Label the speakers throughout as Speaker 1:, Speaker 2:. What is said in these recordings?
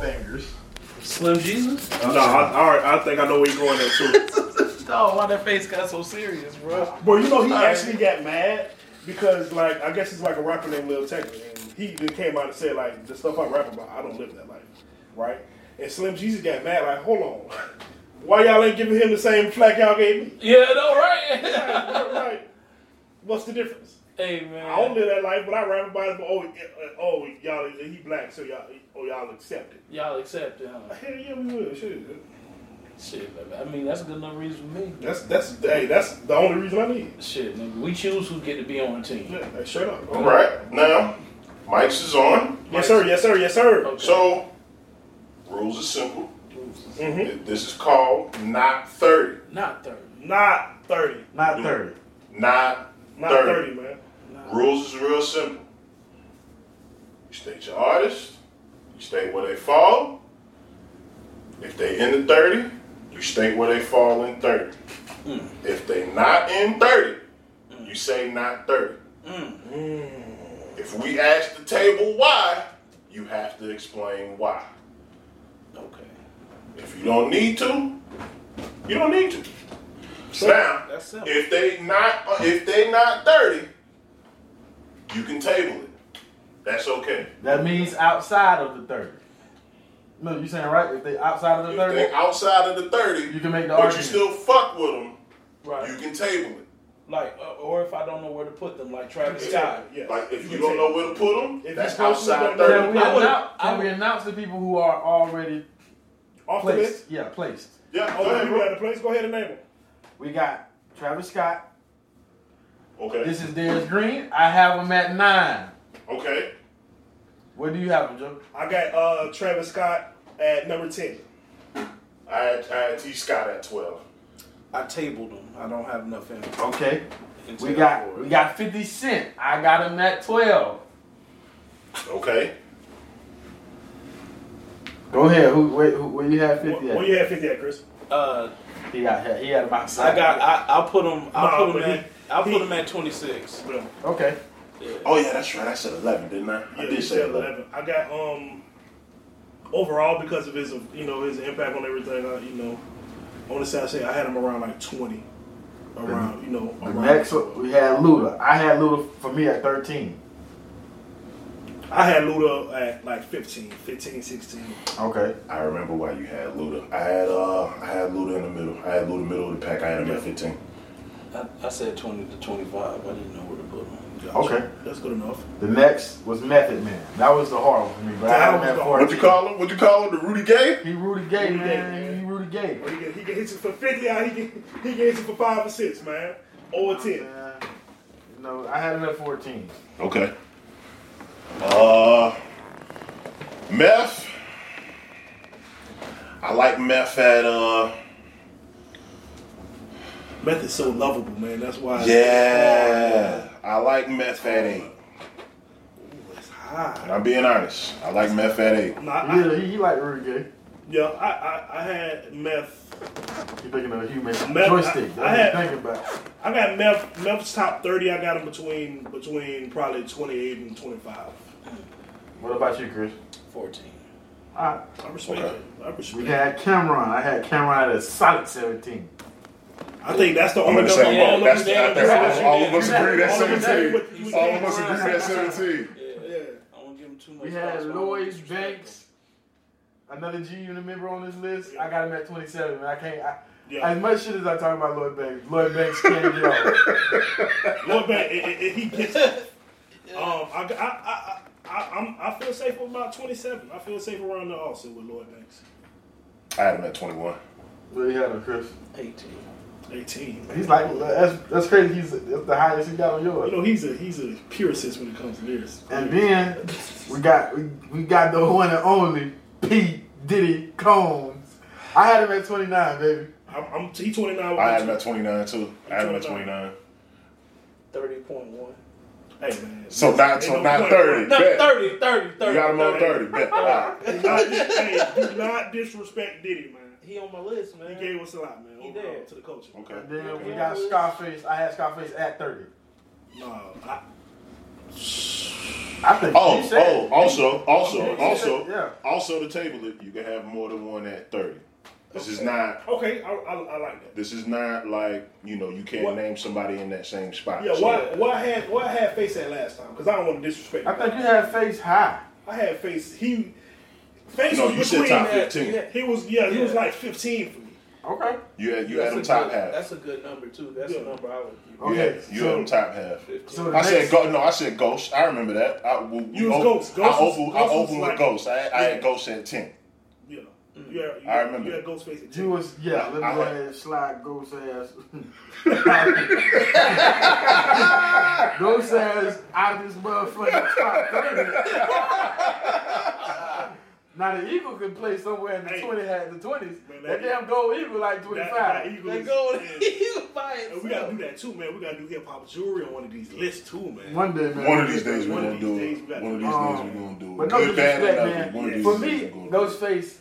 Speaker 1: fingers.
Speaker 2: Slim Jesus?
Speaker 3: No, I, all right, I think I know where you're going at too.
Speaker 2: Oh, why that face got so serious, bro?
Speaker 4: But you know, he actually got mad because, like, I guess he's like a rapper named Lil Tecca, and he just came out and said, like, the stuff I rap about, I don't live that life, right? And Slim Jesus got mad, like, hold on, why y'all ain't giving him the same flack y'all gave me?
Speaker 2: Yeah, no, right?
Speaker 4: Like, what's the difference?
Speaker 2: hey, man.
Speaker 4: I don't live that life, but I rap about it. But oh, yeah, uh, oh, y'all, he black, so y'all, oh, y'all accept it.
Speaker 2: Y'all accept it, huh?
Speaker 4: Hell yeah, we will. Shit,
Speaker 2: Shit, baby. I mean, that's a good enough reason for me.
Speaker 4: that's that's hey, that's the only reason I need.
Speaker 2: Shit, nigga. We choose who get to be on the team.
Speaker 4: Yeah, hey, straight up.
Speaker 1: All right, now, Mike's is on.
Speaker 4: Yes, sir. Yes, sir. Yes, sir.
Speaker 2: Okay.
Speaker 1: So, rules are simple. This is called not 30.
Speaker 2: Not 30.
Speaker 4: Not thirty.
Speaker 5: Not thirty.
Speaker 1: Not,
Speaker 4: Not
Speaker 1: 30.
Speaker 4: thirty, man.
Speaker 1: Rules is real simple. You state your artist, you state where they fall. If they in the 30, you state where they fall in 30. If they not in 30, you say not 30. If we ask the table why, you have to explain why.
Speaker 2: Okay.
Speaker 1: If you don't need to, you don't need to. now,
Speaker 2: that's simple.
Speaker 1: if they not uh, if they not thirty, you can table it. That's okay.
Speaker 5: That means outside of the thirty. No, you saying right? If they outside of the
Speaker 1: If they
Speaker 5: thirty,
Speaker 1: outside of the thirty,
Speaker 5: You can make the
Speaker 1: but
Speaker 5: argument.
Speaker 1: you still fuck with them.
Speaker 2: Right.
Speaker 1: You can table it.
Speaker 2: like, uh, or if I don't know where to put them, like Travis Scott.
Speaker 4: Yes.
Speaker 1: Like if you
Speaker 4: can
Speaker 1: don't
Speaker 4: take-
Speaker 1: know where to put them,
Speaker 4: If
Speaker 1: that's
Speaker 4: you post it,
Speaker 1: outside
Speaker 4: don't know.
Speaker 5: can
Speaker 1: thirty.
Speaker 5: we,
Speaker 2: I would've-
Speaker 5: announce,
Speaker 2: I
Speaker 5: can we
Speaker 2: would've-
Speaker 5: announce the people who are already
Speaker 4: off the
Speaker 5: placed?
Speaker 4: list.
Speaker 5: Yeah, placed.
Speaker 1: Yeah, go
Speaker 4: Oh,
Speaker 1: ahead,
Speaker 4: you got
Speaker 1: bro.
Speaker 4: the place. Go ahead and name them.
Speaker 5: We got Travis Scott.
Speaker 1: Okay.
Speaker 5: This is Darius Green. I have him at nine.
Speaker 1: Okay.
Speaker 5: Where do you have him, Joe?
Speaker 4: I got uh, Travis Scott at number ten.
Speaker 1: I had, I had T Scott at twelve.
Speaker 2: I tabled them. I don't have enough in
Speaker 5: Okay.
Speaker 2: Until
Speaker 5: We got
Speaker 2: four.
Speaker 5: we got Fifty Cent. I got him at twelve.
Speaker 1: Okay.
Speaker 5: Go ahead. Who where, who, where you have
Speaker 4: Where
Speaker 5: Fifty
Speaker 4: where
Speaker 5: at?
Speaker 4: you at fifty at, Chris?
Speaker 2: Uh,
Speaker 5: He got he had him outside.
Speaker 2: I got. I, I'll put them. I'll
Speaker 4: Nah,
Speaker 2: put them
Speaker 4: but
Speaker 2: at.
Speaker 4: he-
Speaker 2: I'll put
Speaker 4: he-
Speaker 2: them at 26.
Speaker 4: Whatever.
Speaker 5: Okay.
Speaker 1: Oh yeah, that's right. I said eleven, didn't I? I
Speaker 4: Yeah,
Speaker 1: did
Speaker 4: he
Speaker 1: say
Speaker 4: said
Speaker 1: eleven.
Speaker 4: eleven. I got um overall because of his you know his impact on everything. I, you know, honestly, I say I had him around like twenty, around you know
Speaker 5: The
Speaker 4: around.
Speaker 5: next one, we had Luda. I had Luda for me at thirteen.
Speaker 4: I had Luda at like 15, 15, 16.
Speaker 5: Okay.
Speaker 1: I remember why you had Luda. I had uh, I had Luda in the middle. I had Luda middle of the pack. I had him at fifteen.
Speaker 2: I, I said 20 to 25. I didn't know where to put them.
Speaker 5: Okay.
Speaker 4: that's good enough.
Speaker 5: The next was Method Man. That was the hard one for me, but I
Speaker 4: That
Speaker 5: had him
Speaker 4: was
Speaker 5: at
Speaker 4: the-
Speaker 5: fourteen.
Speaker 1: What you call him? What you call him? The Rudy Gay?
Speaker 5: He Rudy Gay,
Speaker 4: Rudy Gay,
Speaker 5: man.
Speaker 4: man.
Speaker 5: He Rudy Gay.
Speaker 4: Well, he get he get hits it for fifty. Out he get he get hits it for five or six, man, or ten.
Speaker 5: Man, Uh, You know, I had him at fourteen.
Speaker 1: Okay. Uh, Meth. I like Meth at uh.
Speaker 4: Meth is so lovable, man. That's why.
Speaker 1: Yeah, I like Meth at eight.
Speaker 4: Ooh, it's high.
Speaker 1: I'm being honest. I like Meth at eight.
Speaker 4: No, I,
Speaker 5: Yeah, he, he like Rudy Gay.
Speaker 4: yeah, I, I I had meth.
Speaker 5: He thinking of a human
Speaker 4: Man,
Speaker 5: joystick.
Speaker 4: I-
Speaker 5: That's what
Speaker 4: I
Speaker 5: he
Speaker 4: had-
Speaker 5: thinking about.
Speaker 4: I got Meth Meth's top thirty. I got him between between probably twenty eight and twenty five.
Speaker 5: What about you, Chris?
Speaker 2: 14.
Speaker 5: All right.
Speaker 4: I respect
Speaker 1: Okay.
Speaker 4: it. I respect.
Speaker 5: We
Speaker 4: it.
Speaker 5: had Cameron. I had Cameron at a solid 17.
Speaker 4: I think that's the
Speaker 1: I'm
Speaker 4: only
Speaker 1: in the
Speaker 4: number.
Speaker 1: same
Speaker 2: Yeah,
Speaker 1: boat. That's
Speaker 2: look at
Speaker 1: I think
Speaker 2: that.
Speaker 1: all of us agree that's
Speaker 4: All of us agree with-
Speaker 1: seventeen. All of us agree that's seventeen.
Speaker 2: Yeah.
Speaker 4: Yeah.
Speaker 2: I won't give them too much.
Speaker 5: We had
Speaker 2: props, but I won't
Speaker 5: Lloyd
Speaker 2: disrespect
Speaker 5: Banks, another G unit member on this list. I got him at 27, man. I can't. I,
Speaker 4: Yeah.
Speaker 5: As much shit as I talk about Lloyd Banks, Lloyd Banks can't get on. it.
Speaker 4: Lord Bank, it, it, it, he gets. it. Um, I, I, I, I, I, I'm, I feel safe with about 27. I feel safe around there also with Lloyd Banks.
Speaker 1: I had him at twenty-one.
Speaker 5: Where you had him, Chris?
Speaker 2: them. 18.
Speaker 4: 18.
Speaker 5: He's like, that's, that's crazy. He's that's the highest he got on
Speaker 4: You
Speaker 5: yours.
Speaker 4: know he's a he's a purist when it comes to lyrics.
Speaker 5: And then we got we, we got the one and only Pete Diddy Combs. I had him at 29, baby.
Speaker 4: I'm, I'm he 29.
Speaker 1: I had him at twenty-nine too. I had him
Speaker 4: 29.
Speaker 1: at twenty-nine.
Speaker 2: 30.1.
Speaker 4: Hey man.
Speaker 1: So not so
Speaker 4: Ain't no
Speaker 1: not
Speaker 4: point.
Speaker 1: thirty.
Speaker 2: No,
Speaker 1: Bet.
Speaker 2: 30, 30, 30.
Speaker 1: You got him on thirty. Bet. All right.
Speaker 4: Do not, dis- hey, do not disrespect Diddy, man.
Speaker 2: He on my list, man.
Speaker 4: He gave us a lot, man.
Speaker 2: He
Speaker 4: overall,
Speaker 2: did.
Speaker 4: to the culture.
Speaker 1: Okay.
Speaker 5: And then we got Scarface. I had Scarface at 30.
Speaker 4: No, I,
Speaker 5: I think
Speaker 6: Oh,
Speaker 5: he said-
Speaker 6: oh, also, also,
Speaker 5: Okay, he
Speaker 6: also,
Speaker 5: said- yeah.
Speaker 6: also to table it, you can have more than one at thirty. This is not
Speaker 4: Okay, I, I, I like that.
Speaker 6: This is not like you know you can't
Speaker 4: What?
Speaker 6: name somebody in that same spot.
Speaker 4: Yeah,
Speaker 6: So,
Speaker 4: why why had why had face at last time? Because I don't want to disrespect.
Speaker 5: I
Speaker 4: him.
Speaker 5: think you had face high.
Speaker 4: I had face. He face
Speaker 6: No,
Speaker 4: was
Speaker 6: you said
Speaker 4: between.
Speaker 6: top
Speaker 4: that-
Speaker 6: 15.
Speaker 4: yeah, he was yeah, he was
Speaker 2: Yeah.
Speaker 4: like fifteen for me.
Speaker 5: Okay.
Speaker 6: You had you
Speaker 2: That's
Speaker 6: had
Speaker 2: a
Speaker 6: them top
Speaker 2: good-
Speaker 6: half.
Speaker 2: That's a good number too. That's
Speaker 4: Yeah.
Speaker 2: a number I would keep.
Speaker 6: You had,
Speaker 5: Okay,
Speaker 6: you
Speaker 5: so-
Speaker 6: had them top half.
Speaker 2: 15.
Speaker 5: So the
Speaker 6: I said
Speaker 5: next-
Speaker 6: go, no, I said ghost. I remember that. I, we, we
Speaker 4: You was
Speaker 6: op-
Speaker 4: Ghost. Ghost
Speaker 6: I
Speaker 4: was-
Speaker 6: opened,
Speaker 4: Ghost
Speaker 6: I
Speaker 4: was
Speaker 6: opened
Speaker 4: like-
Speaker 6: with ghost. I, I
Speaker 4: Yeah.
Speaker 6: had ghost at ten.
Speaker 4: Yeah,
Speaker 2: Mm.
Speaker 4: you had, you,
Speaker 6: I remember.
Speaker 4: You had Ghostface. at
Speaker 5: You was yeah, little
Speaker 6: I- I-
Speaker 5: ass slide ghost ass. ghost ass out of this motherfucking top thirty. Now the eagle can play somewhere in the
Speaker 4: Hey.
Speaker 5: twenty had the twenties.
Speaker 4: Man, that-
Speaker 5: That
Speaker 4: e-
Speaker 5: damn gold eagle like twenty
Speaker 4: that-
Speaker 5: five.
Speaker 4: that eagle
Speaker 2: They
Speaker 4: is-
Speaker 2: go
Speaker 4: yeah.
Speaker 2: you buy
Speaker 4: And
Speaker 2: it.
Speaker 4: we gotta do that too, man. We gotta do hip hop jewelry on one of these lists too, man.
Speaker 5: One day, man.
Speaker 6: One of these days we're
Speaker 4: One of
Speaker 6: gonna do
Speaker 4: these days
Speaker 6: it.
Speaker 4: we gotta
Speaker 6: One of
Speaker 4: do
Speaker 6: these
Speaker 5: it.
Speaker 6: days we're gonna do
Speaker 5: But
Speaker 6: it.
Speaker 5: no
Speaker 6: Good, bad, and
Speaker 5: disrespect,
Speaker 6: ugly. One of
Speaker 5: man.
Speaker 6: these
Speaker 5: For
Speaker 6: days
Speaker 5: me,
Speaker 6: we're gonna do it.
Speaker 5: Ghostface,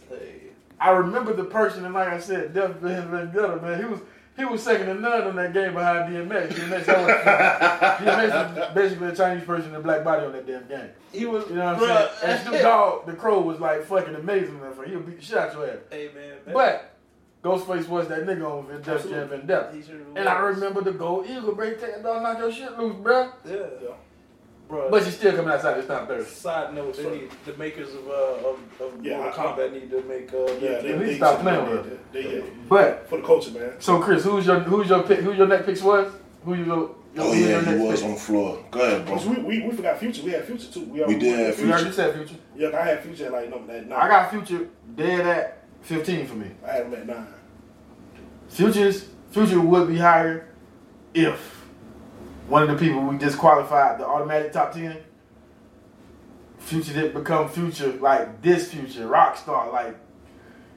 Speaker 5: I remember the person, and like I said, Death Van Vendetta, man. He was he was second to none on that game behind DMX. DMX, that was, DMX was basically a Chinese person in a black body on that damn game.
Speaker 2: He was,
Speaker 5: You know what I'm
Speaker 2: bruh.
Speaker 5: saying? And Snoop Dogg, the crow was like fucking amazing. Man. He'll beat the shit out your ass.
Speaker 2: Hey man, that-
Speaker 5: But Ghostface was that nigga on Van Death Jam
Speaker 2: Absolutely.
Speaker 5: Vendetta.
Speaker 2: he sure was.
Speaker 5: And I remember the gold eagle break taking dog knock your shit loose, bruh.
Speaker 2: Yeah,
Speaker 4: Yeah.
Speaker 2: bro.
Speaker 5: But you still coming outside this time thirty.
Speaker 2: Side note, they need, the makers of uh of, of
Speaker 4: Yeah,
Speaker 2: Mortal
Speaker 4: I-
Speaker 2: Kombat need to make uh
Speaker 4: Yeah, they,
Speaker 5: At least
Speaker 4: they
Speaker 5: stop playing with
Speaker 4: it. They, yeah.
Speaker 5: But
Speaker 4: For the culture, man.
Speaker 5: So Chris, who's your who's your pick? Who your next picks was? Who you go?
Speaker 6: Oh
Speaker 5: who your
Speaker 6: yeah,
Speaker 5: next
Speaker 6: he was
Speaker 5: pick?
Speaker 6: on the floor. Go ahead,
Speaker 4: Cause
Speaker 6: bro.
Speaker 4: we, we, we forgot Future. We had Future too. We,
Speaker 6: We did have
Speaker 5: We already said Future.
Speaker 4: Yeah, I had Future at like number that nine.
Speaker 5: I got Future dead at fifteen for me.
Speaker 4: I had him at nine.
Speaker 5: Future's Future would be higher if one of the people we disqualified the automatic top ten. Future didn't become Future like this Future rock star like.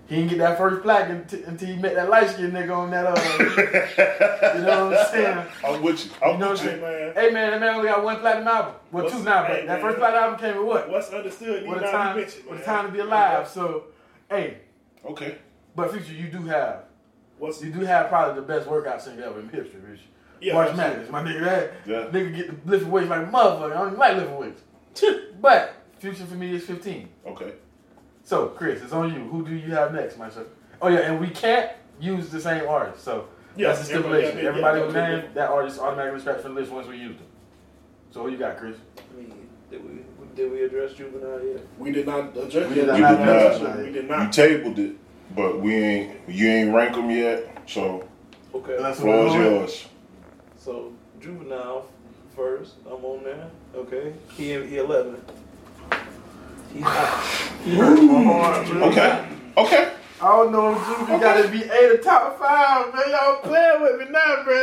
Speaker 5: He didn't get that first plaque until, until he met that light skinned nigga on that uh, you know what I'm saying?
Speaker 6: I'm with you.
Speaker 5: You
Speaker 6: I'm
Speaker 5: know what
Speaker 6: with
Speaker 5: I'm
Speaker 6: you.
Speaker 5: saying?
Speaker 4: Man.
Speaker 5: Hey man, that man only got one platinum album. Well,
Speaker 4: What's-
Speaker 5: two now, but
Speaker 4: hey,
Speaker 5: that
Speaker 4: man.
Speaker 5: first platinum album came in what?
Speaker 4: What's understood? You
Speaker 5: What a
Speaker 4: not
Speaker 5: time!
Speaker 4: mentioned,
Speaker 5: What a
Speaker 4: man.
Speaker 5: time to be alive. So, hey,
Speaker 6: Okay.
Speaker 5: but Future, you do have,
Speaker 4: What's
Speaker 5: you do have probably the best workout single ever in history, Rich.
Speaker 4: Yeah,
Speaker 5: March Madness,
Speaker 4: absolutely.
Speaker 5: my nigga. That
Speaker 6: Yeah.
Speaker 5: nigga get the lifting weights like a motherfucker. I don't even like lifting weights. but Future for me is 15.
Speaker 6: Okay.
Speaker 5: So, Chris, it's on you. Who do you have next, my son? Oh yeah, and we can't use the same artist. So
Speaker 4: Yeah,
Speaker 5: that's the
Speaker 4: everybody-
Speaker 5: stipulation.
Speaker 4: yeah,
Speaker 5: Everybody
Speaker 4: yeah,
Speaker 5: who
Speaker 4: yeah.
Speaker 5: named that artist automatically scratched from the list once we used them. So who you got, Chris?
Speaker 2: I mean, did we did we address juvenile yet?
Speaker 4: we did not address that.
Speaker 5: We did
Speaker 6: not address
Speaker 4: so
Speaker 5: that.
Speaker 4: We did
Speaker 6: You
Speaker 4: not.
Speaker 6: tabled it, but we ain't you ain't rank them yet. So
Speaker 2: Okay.
Speaker 5: That's what
Speaker 6: floor's
Speaker 5: we're doing.
Speaker 6: yours.
Speaker 2: So juvenile first, I'm on there. Okay, he he eleven. uh, He's hot.
Speaker 6: Okay. Okay.
Speaker 5: I don't know, dude. You gotta be eight or top five, man. Y'all playing with me now, bro.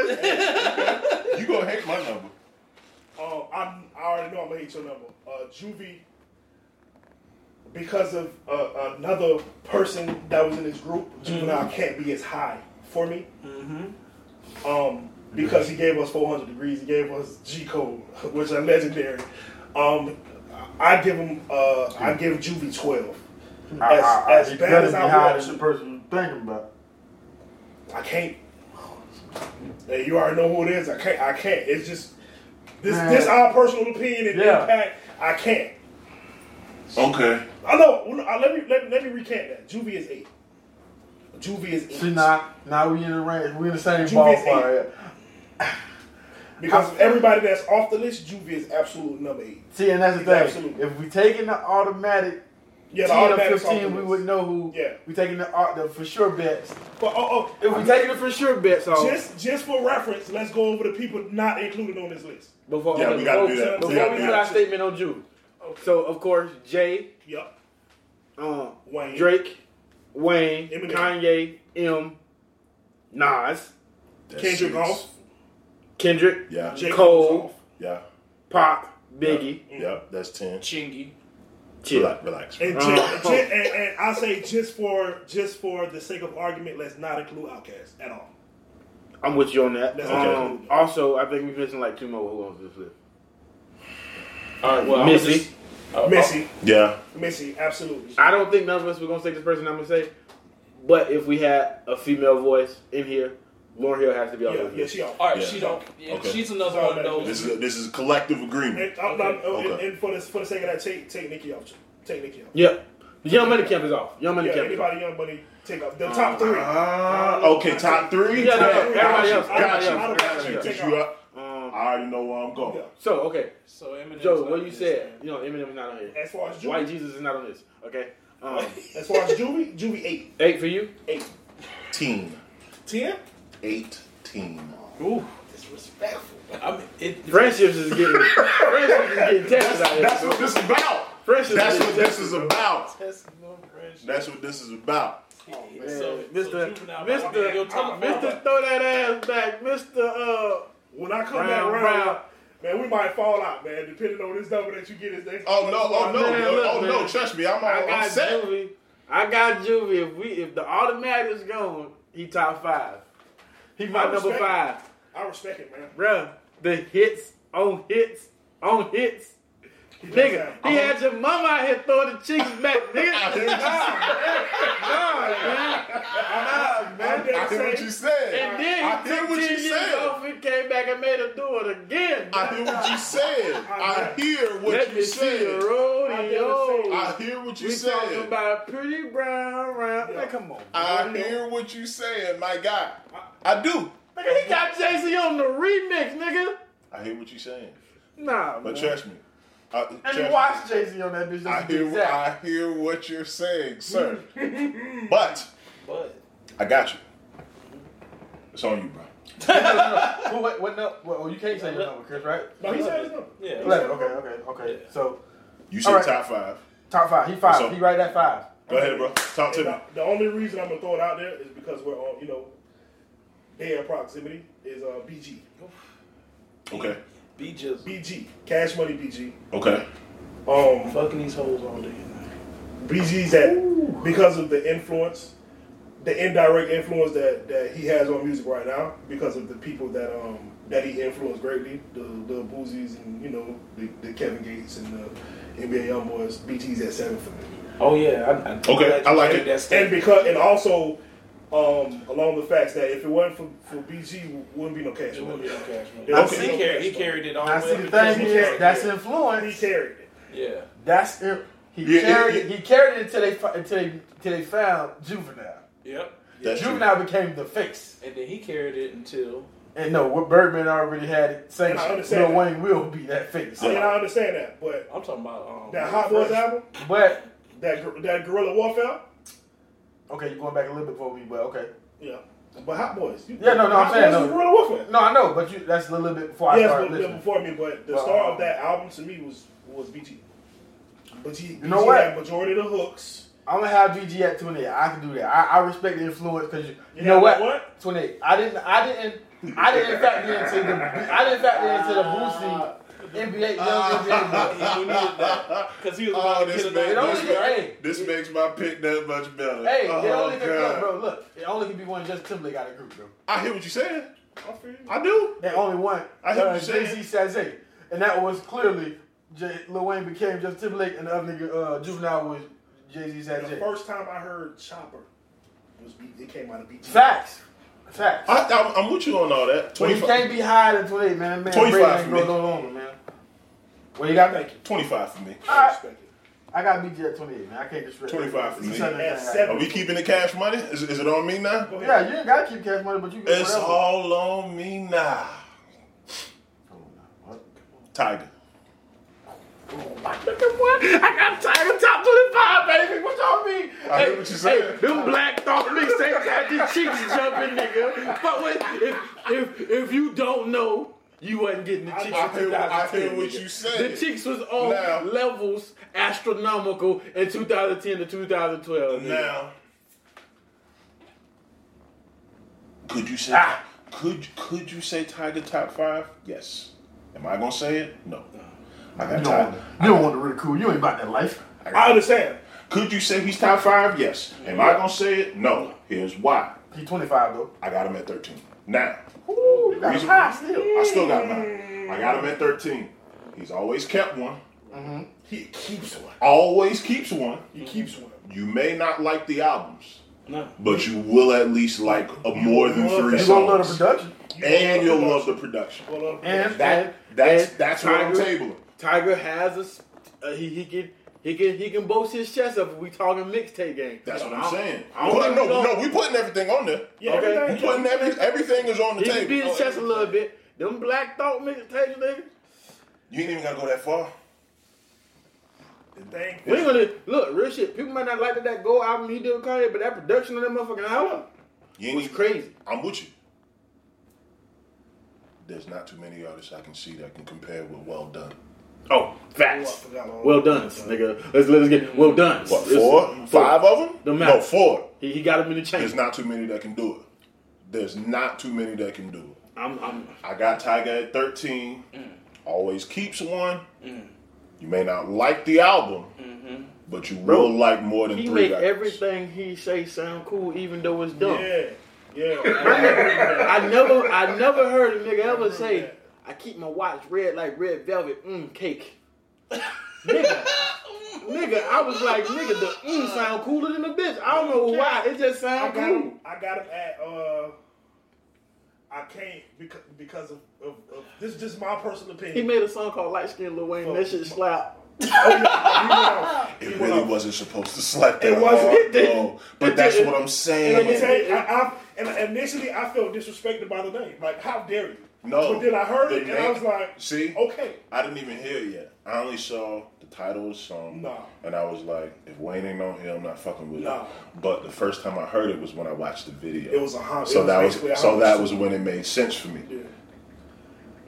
Speaker 6: You gonna hate my number.
Speaker 4: Um, I'm, I already know I'm gonna hate your number. Uh, Juvie, because of uh, another person that was in this group,
Speaker 5: Mm-hmm.
Speaker 4: Juvenile can't be as high for me. Mm-hmm. Um, because he gave us 400 degrees, he gave us G code, which are legendary. Um, I give him, uh, I give Juvie 12. As, as bad as I
Speaker 5: the
Speaker 4: want to,
Speaker 5: person you thinking about.
Speaker 4: I can't. Hey, you already know who it is. I can't. I can't. It's just this.
Speaker 5: Man.
Speaker 4: This our personal opinion and
Speaker 5: Yeah.
Speaker 4: impact. I can't.
Speaker 6: Okay.
Speaker 4: I know. well, I- Let me let, me- let me recant that. Juvie is eight. Juvie is eight.
Speaker 5: See, now, now we in the range. We in the same
Speaker 4: You missed
Speaker 5: ballpark. yeah.
Speaker 4: Because of everybody that's off the list, Juvie is absolute number eight.
Speaker 5: See, and that's the
Speaker 4: He's
Speaker 5: thing.
Speaker 4: absolutely-
Speaker 5: If we taking the automatic
Speaker 4: Yeah, the
Speaker 5: ten or
Speaker 4: automatic's off the
Speaker 5: fifteen, we
Speaker 4: list.
Speaker 5: would know who.
Speaker 4: Yeah.
Speaker 5: We taking the, au- the for sure bets.
Speaker 4: But oh,
Speaker 5: If we taking the for sure bets
Speaker 4: oh,
Speaker 5: off
Speaker 4: just just for reference, let's go over the people not included on this list.
Speaker 5: before
Speaker 6: Yeah, we gotta do that.
Speaker 5: before
Speaker 6: We gotta
Speaker 5: we
Speaker 6: do
Speaker 5: put
Speaker 6: that.
Speaker 5: our statement on Jude.
Speaker 4: Okay.
Speaker 5: So of course Jay,
Speaker 4: Yep.
Speaker 5: um,
Speaker 4: Wayne.
Speaker 5: Drake, Wayne,
Speaker 4: Eminem.
Speaker 5: Kanye, M, Nas,
Speaker 4: Kendrick off.
Speaker 5: Kendrick,
Speaker 6: Yeah.
Speaker 4: Jay
Speaker 5: Cole.
Speaker 4: Cole's off.
Speaker 6: Yeah.
Speaker 5: Pop, Biggie,
Speaker 6: Yeah. That's ten.
Speaker 2: Chingy.
Speaker 5: Chill.
Speaker 6: Relax. Relax.
Speaker 4: Mm-hmm. And,
Speaker 5: Uh,
Speaker 4: just, and, and I say just for just for the sake of argument, let's not include Outkast at all.
Speaker 5: I'm with you on that.
Speaker 4: That's
Speaker 5: Um,
Speaker 4: okay.
Speaker 5: Also, I think we missing like two more. Who owns this list?
Speaker 2: All right, well,
Speaker 5: Missy.
Speaker 2: uh,
Speaker 4: Missy,
Speaker 6: Yeah.
Speaker 4: Missy, absolutely.
Speaker 5: Uh, I don't think none of us were gonna say this person. I'm gonna say, but if we had a female voice in here,
Speaker 7: Lauren Hill has to be out
Speaker 4: Yeah,
Speaker 7: there.
Speaker 4: yeah, she off.
Speaker 2: All right,
Speaker 1: Yeah.
Speaker 2: she don't. Yeah,
Speaker 1: Okay.
Speaker 2: She's another
Speaker 4: Sorry,
Speaker 2: one of
Speaker 4: man.
Speaker 2: those.
Speaker 1: This is this is collective agreement.
Speaker 4: And, I'm not,
Speaker 1: Okay.
Speaker 4: and- and for, the, for the sake of that, take, take Nikki off. too. Take Nikki off.
Speaker 7: Yeah. The Young Money Camp is off. Young Money
Speaker 4: Yeah,
Speaker 7: Camp is off.
Speaker 4: anybody young money take up the top three.
Speaker 1: Ah, okay, top three.
Speaker 7: Yeah,
Speaker 1: Top
Speaker 7: no, no,
Speaker 1: three.
Speaker 7: everybody
Speaker 1: Gotcha,
Speaker 7: else, everybody
Speaker 1: gotcha,
Speaker 7: else,
Speaker 1: gotcha.
Speaker 7: everybody
Speaker 1: Since
Speaker 4: else.
Speaker 1: you up,
Speaker 7: Um,
Speaker 1: I already know where I'm going.
Speaker 4: Yeah.
Speaker 7: so, okay.
Speaker 2: So Eminem.
Speaker 7: Joe, what you said. You know, Eminem is not on here.
Speaker 4: As far as Juvie,
Speaker 7: White Jesus is not on this. Okay. Um,
Speaker 4: as far as Juvie, Juvie eight,
Speaker 7: eight for you.
Speaker 4: eight,
Speaker 1: Teen,
Speaker 4: ten.
Speaker 1: eighteen.
Speaker 2: Ooh,
Speaker 4: Disrespectful.
Speaker 2: I mean, it,
Speaker 7: Friendships is getting friendships is getting tested out here.
Speaker 1: That's what this is about.
Speaker 7: Friendships
Speaker 1: That's
Speaker 7: is
Speaker 1: what
Speaker 7: getting
Speaker 1: this is about.
Speaker 2: That's no friendship.
Speaker 1: That's what this is about.
Speaker 2: Man,
Speaker 7: Man,
Speaker 2: so
Speaker 7: Mr.
Speaker 2: juvenile-
Speaker 7: Mr.
Speaker 2: Yo, tell him-
Speaker 7: Mr. Throw that ass back, Mr. Uh,
Speaker 4: When I come
Speaker 7: Brown,
Speaker 4: back round,
Speaker 7: Brown.
Speaker 4: man, we might fall out, man. Depending on this number that you get is next.
Speaker 1: Oh no! Oh no!
Speaker 7: Man, look,
Speaker 1: oh no!
Speaker 7: man.
Speaker 1: Trust me, I'm all
Speaker 7: I got
Speaker 1: upset.
Speaker 7: Juvie. I got Juvie. If we if the automatic is gone, he top five. He my
Speaker 4: I
Speaker 7: number
Speaker 4: respect
Speaker 7: five,
Speaker 4: I respect it, man.
Speaker 7: bruh. The hits on hits on hits.
Speaker 4: He does
Speaker 7: Nigga,
Speaker 4: that.
Speaker 7: he had your mama out here throwing the chicks back, nigga.
Speaker 4: I, man,
Speaker 1: I
Speaker 4: I
Speaker 1: hear what
Speaker 4: say,
Speaker 1: you said.
Speaker 7: And then
Speaker 1: I
Speaker 7: he
Speaker 1: hear
Speaker 7: took
Speaker 1: what
Speaker 7: 10
Speaker 1: you
Speaker 7: years
Speaker 1: said.
Speaker 7: off and came back and made her do it again.
Speaker 1: I hear what you said. I hear what
Speaker 7: Let
Speaker 1: you
Speaker 7: me see
Speaker 1: said.
Speaker 7: the rodeo.
Speaker 1: I hear what you
Speaker 7: We talking
Speaker 1: said.
Speaker 7: about pretty brown round. Man, come on.
Speaker 1: I hear what you saying, my guy. I do.
Speaker 7: Nigga, he got Jay-Z on the remix, nigga.
Speaker 1: I hear what you saying.
Speaker 7: Nah,
Speaker 1: But
Speaker 7: man.
Speaker 1: trust me. I,
Speaker 5: And
Speaker 1: trust
Speaker 5: you
Speaker 1: me.
Speaker 5: watch Jay Z on that bitch.
Speaker 1: I
Speaker 5: That's
Speaker 1: hear
Speaker 5: exact.
Speaker 1: I hear what you're saying, sir. but
Speaker 2: But
Speaker 1: I got you. It's on you, bro.
Speaker 5: Well, wait, what no? Well, oh, you can't say your number, Chris, right?
Speaker 4: no, he said his number.
Speaker 2: yeah,
Speaker 5: Eleven. Okay, okay, okay. So
Speaker 1: You said
Speaker 5: All right.
Speaker 1: top five.
Speaker 5: top five. He five.
Speaker 1: So-
Speaker 5: he right at five.
Speaker 1: Go ahead, bro. Talk to
Speaker 4: And
Speaker 1: me.
Speaker 4: I, the only reason I'm gonna throw it out there is because we're on, you know, day in proximity is uh, BG,
Speaker 1: Okay.
Speaker 2: be just
Speaker 4: BG, Cash Money BG.
Speaker 1: Okay.
Speaker 4: Um,
Speaker 2: fucking these hoes all day.
Speaker 4: BG's at because of the influence, the indirect influence that, that he has on music right now, because of the people that um that he influenced greatly, the the Boozies and you know the, the Kevin Gates and the NBA Young Boys. BG's at seven for me.
Speaker 2: Oh yeah, I, I,
Speaker 1: Okay, I like it.
Speaker 2: That's
Speaker 4: And because and also um, along the facts that if it wasn't for, for BG, it wouldn't be no cash.
Speaker 2: It would
Speaker 4: Money.
Speaker 2: be on cash money.
Speaker 4: Yeah,
Speaker 1: okay.
Speaker 2: He, carried, he carried
Speaker 7: Oh,
Speaker 2: it all.
Speaker 5: I
Speaker 2: the
Speaker 5: see
Speaker 2: way
Speaker 5: the
Speaker 2: because
Speaker 5: thing
Speaker 2: he
Speaker 5: is
Speaker 2: carried
Speaker 5: that's
Speaker 2: it.
Speaker 4: He
Speaker 5: influence.
Speaker 4: carried it.
Speaker 2: Yeah.
Speaker 5: That's it. He
Speaker 1: Yeah, it-
Speaker 5: carried
Speaker 1: it-
Speaker 5: he carried it until they fi- until they until they found juvenile.
Speaker 2: Yep.
Speaker 1: That's true.
Speaker 5: Juvenile became the face.
Speaker 2: And then he carried it until
Speaker 5: And no, what Birdman already had it
Speaker 4: And I
Speaker 5: sanctioned.
Speaker 4: understand
Speaker 5: Lil Wayne will be that face.
Speaker 4: I mean, I understand that, but
Speaker 2: I'm talking about um
Speaker 4: that Hot Boys album,
Speaker 5: But
Speaker 4: that gor- that Guerrilla Warfare,
Speaker 5: okay, you're going back a little bit for me, but okay.
Speaker 4: yeah. But Hot Boys, you,
Speaker 5: Yeah, no, no, I'm
Speaker 4: Hot Boys
Speaker 5: saying, no.
Speaker 4: is Guerrilla Warfare.
Speaker 5: No, I know, but you that's a little bit before I
Speaker 4: yes,
Speaker 5: started
Speaker 4: but yeah,
Speaker 5: listening.
Speaker 4: before me, but the
Speaker 5: Well,
Speaker 4: star
Speaker 5: um,
Speaker 4: of that album to me was was BG. But he,
Speaker 5: You know what?
Speaker 4: Had majority of the hooks.
Speaker 5: I'm gonna have BG at 28. I can do that. I, I respect the influence because you,
Speaker 4: You
Speaker 5: you know
Speaker 4: know
Speaker 5: what?
Speaker 4: what?
Speaker 5: 28. I didn't. I didn't. I didn't factor into the. I didn't factor into the Boosie NBA young NBA. boy.
Speaker 2: he needed that because he was about
Speaker 1: Oh,
Speaker 2: to
Speaker 1: this
Speaker 2: get
Speaker 1: man-
Speaker 5: It
Speaker 2: another
Speaker 5: only
Speaker 1: this
Speaker 5: can,
Speaker 2: one.
Speaker 5: hey,
Speaker 1: This makes my pick that much better.
Speaker 5: hey, it
Speaker 1: Oh,
Speaker 5: only can,
Speaker 1: God.
Speaker 5: look, bro, look, it only can be one. Just Timberlake out of the group, bro.
Speaker 1: I hear what you're saying.
Speaker 4: I feel you.
Speaker 1: I do.
Speaker 5: And only one.
Speaker 1: I hear what
Speaker 5: uh,
Speaker 1: you're saying.
Speaker 5: Jay Z Sazay, and that was clearly J, Lil Wayne became Justin Timberlake, and the other nigga uh, Juvenile was Jay Z
Speaker 4: The
Speaker 5: Sazay.
Speaker 4: first time I heard Chopper was B- it came out of BG.
Speaker 5: Facts, facts.
Speaker 1: I, I, I'm with you on all that.
Speaker 5: Well, you
Speaker 1: 25,
Speaker 5: can't be higher than 28, man. Man,
Speaker 1: 25
Speaker 5: Brady ain't
Speaker 1: for
Speaker 5: grow
Speaker 1: me.
Speaker 5: no longer, man. Well, you got me.
Speaker 1: 25 for me.
Speaker 5: All
Speaker 4: I
Speaker 5: right.
Speaker 4: respect it.
Speaker 5: I got BG at 28, man. I can't disrespect
Speaker 1: 25 for
Speaker 5: You
Speaker 1: me.
Speaker 5: said that
Speaker 4: At
Speaker 5: thing,
Speaker 4: seven.
Speaker 1: Are we keeping the cash money? Is, is it on me now?
Speaker 4: Go ahead.
Speaker 5: right? Yeah, you ain't got to keep cash money, but you can
Speaker 1: It's
Speaker 5: whatever.
Speaker 1: all on me now.
Speaker 5: Oh, no. What?
Speaker 1: Tiger.
Speaker 7: I got Tiger Top 25, baby. What y'all mean?
Speaker 1: I hear what you saying.
Speaker 7: them black thought mixtapes had these cheeks jumping, nigga. But wait, if, if, if you don't know, you wasn't getting the cheeks.
Speaker 1: I
Speaker 7: in
Speaker 1: hear what- I
Speaker 7: 2010,
Speaker 1: hear what
Speaker 7: nigga.
Speaker 1: you saying.
Speaker 7: The cheeks was on
Speaker 1: Now-
Speaker 7: levels astronomical in 2010 to 2012. nigga.
Speaker 1: Now, could you say could could you say Tiger top five? Yes. Am I gonna say it? No. I got
Speaker 5: You don't, want,
Speaker 1: Tiger.
Speaker 5: you don't want to ridicule. You ain't about that life.
Speaker 4: I understand.
Speaker 1: Could you say he's top five? Yes. Am I gonna say it? No. Here's why.
Speaker 5: He 25, though.
Speaker 1: I got him at thirteen. Now,
Speaker 5: Ooh, you got
Speaker 1: reason-
Speaker 5: high still.
Speaker 1: I still got mine. I got him at thirteen. He's always kept one.
Speaker 4: He keeps one.
Speaker 1: Always keeps one.
Speaker 4: He keeps one.
Speaker 1: You may not like the albums.
Speaker 2: No.
Speaker 1: But you will at least like a more than
Speaker 4: will
Speaker 1: three
Speaker 4: love-
Speaker 5: You gonna love the
Speaker 1: songs,
Speaker 5: production?
Speaker 1: and you'll love the production.
Speaker 4: Well, uh,
Speaker 5: And
Speaker 1: That that's that's what I'm tabling.
Speaker 7: Tiger has a s- uh, he he can he can he can boast his chest up. if We talking mixtape game.
Speaker 1: That's what
Speaker 7: I
Speaker 1: I'm
Speaker 7: don't-
Speaker 1: saying.
Speaker 7: I don't
Speaker 1: Put-
Speaker 7: think
Speaker 1: no,
Speaker 7: we
Speaker 1: no,
Speaker 7: gonna-
Speaker 1: we putting everything on there.
Speaker 4: yeah,
Speaker 7: Okay.
Speaker 1: We
Speaker 4: everything.
Speaker 1: putting every, everything is on the
Speaker 7: He can beat
Speaker 1: table. Oh,
Speaker 7: his chest a little bit. Them black thought mixtapes, nigga.
Speaker 1: You ain't even gotta go that far.
Speaker 4: The thing.
Speaker 7: We ain't gonna look real shit. People might not like that, that gold album he did with Kanye, but that production of that motherfucking album
Speaker 1: You ain't
Speaker 7: was
Speaker 1: even-
Speaker 7: crazy.
Speaker 1: I'm with you. There's not too many artists I can see that can compare with Well Done.
Speaker 7: Oh,
Speaker 4: Oh, I
Speaker 7: facts.
Speaker 4: forgot all
Speaker 7: Well
Speaker 4: about
Speaker 7: done,
Speaker 4: that.
Speaker 7: nigga. Let's let's get well done.
Speaker 1: What four, five of them?
Speaker 7: Don't matter.
Speaker 1: no, four.
Speaker 7: He, he got him in the
Speaker 1: There's
Speaker 7: chain.
Speaker 1: not too many that can do it. There's not too many that can do it.
Speaker 7: I'm I'm
Speaker 1: I got Tiger at 13. Always keeps one. You may not like the album, but you will like more than
Speaker 7: he
Speaker 1: three
Speaker 7: make
Speaker 1: records.
Speaker 7: everything he say sound cool, even though it's dumb.
Speaker 4: Yeah. Yeah.
Speaker 7: I never, I never heard a nigga ever say, "I keep my watch red like red velvet, mmm, cake." nigga, nigga, I was like, nigga, the mmm sound cooler than the bitch. I don't know why, it just
Speaker 4: I
Speaker 7: sound
Speaker 4: got
Speaker 7: cool.
Speaker 4: him. I got him at. Uh, I can't because because of, of, of this. is just my personal
Speaker 7: He
Speaker 4: opinion.
Speaker 7: made a song called Light Skin Lil Wayne. That shit slap.
Speaker 4: Oh, yeah, he went off. He
Speaker 1: It
Speaker 4: went
Speaker 1: really
Speaker 4: off.
Speaker 1: wasn't supposed to slap that
Speaker 4: It wasn't.
Speaker 1: hard,
Speaker 4: It
Speaker 7: didn't.
Speaker 1: though. But that's
Speaker 7: didn't.
Speaker 1: what I'm
Speaker 4: And let me
Speaker 1: saying.
Speaker 4: tell you, I, I, and initially I felt disrespected by the name. Like, how dare you?
Speaker 1: No.
Speaker 4: But then I heard
Speaker 1: The
Speaker 4: it and I
Speaker 1: name-
Speaker 4: was like, oh.
Speaker 1: See?
Speaker 4: okay.
Speaker 1: I didn't even hear it yet. I only saw the title of the song.
Speaker 4: Nah.
Speaker 1: And I was like, if Wayne ain't on here, I'm not fucking with
Speaker 4: Nah.
Speaker 1: it. But the first time I heard it was when I watched the video.
Speaker 4: It was a hum-
Speaker 1: So
Speaker 4: it was
Speaker 1: that
Speaker 4: basically a
Speaker 1: was so
Speaker 4: hum-
Speaker 1: that was when it made sense for me.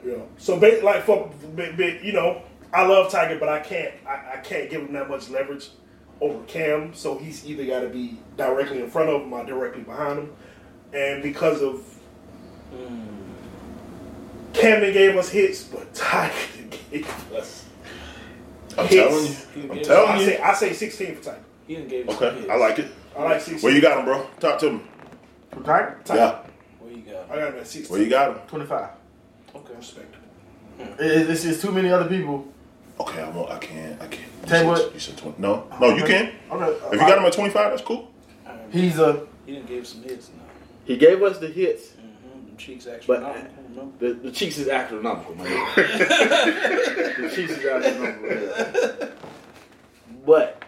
Speaker 4: Yeah. So, ba- like, for, ba- ba- you know, I love Tiger, but I can't, I, I can't give him that much leverage over Cam. So he's either got to be directly in front of him or directly behind him. And because of Hmm. Camden gave us hits, but Tiger gave us.
Speaker 1: I'm
Speaker 4: Hits.
Speaker 1: telling you. I'm
Speaker 4: I
Speaker 2: Yeah.
Speaker 1: telling you.
Speaker 4: say, I say 16 for Tiger.
Speaker 2: He done gave us some
Speaker 1: Okay,
Speaker 2: hits.
Speaker 1: I like it.
Speaker 4: I like 16.
Speaker 1: Where you got him, bro? Talk to me.
Speaker 5: From Tiger?
Speaker 4: Tiger.
Speaker 1: Yeah.
Speaker 2: What you got?
Speaker 4: I got him at 16.
Speaker 1: Where you got him?
Speaker 5: 25.
Speaker 2: Okay.
Speaker 4: Respectable.
Speaker 5: It- it- It's just too many other people.
Speaker 1: Okay, I won't. I can't. I can't. You
Speaker 5: Tell you
Speaker 1: said-
Speaker 5: what.
Speaker 1: You said twenty. No, no, you can.
Speaker 5: Okay. uh,
Speaker 1: If you got him at twenty five, that's cool.
Speaker 5: He's a.
Speaker 2: He done gave some hits now.
Speaker 7: He gave us the hits.
Speaker 2: Mm-hmm. The cheeks actually.
Speaker 7: But-
Speaker 2: But, I don't know.
Speaker 7: The, the cheeks is astronomical, man. the cheeks is astronomical. man. But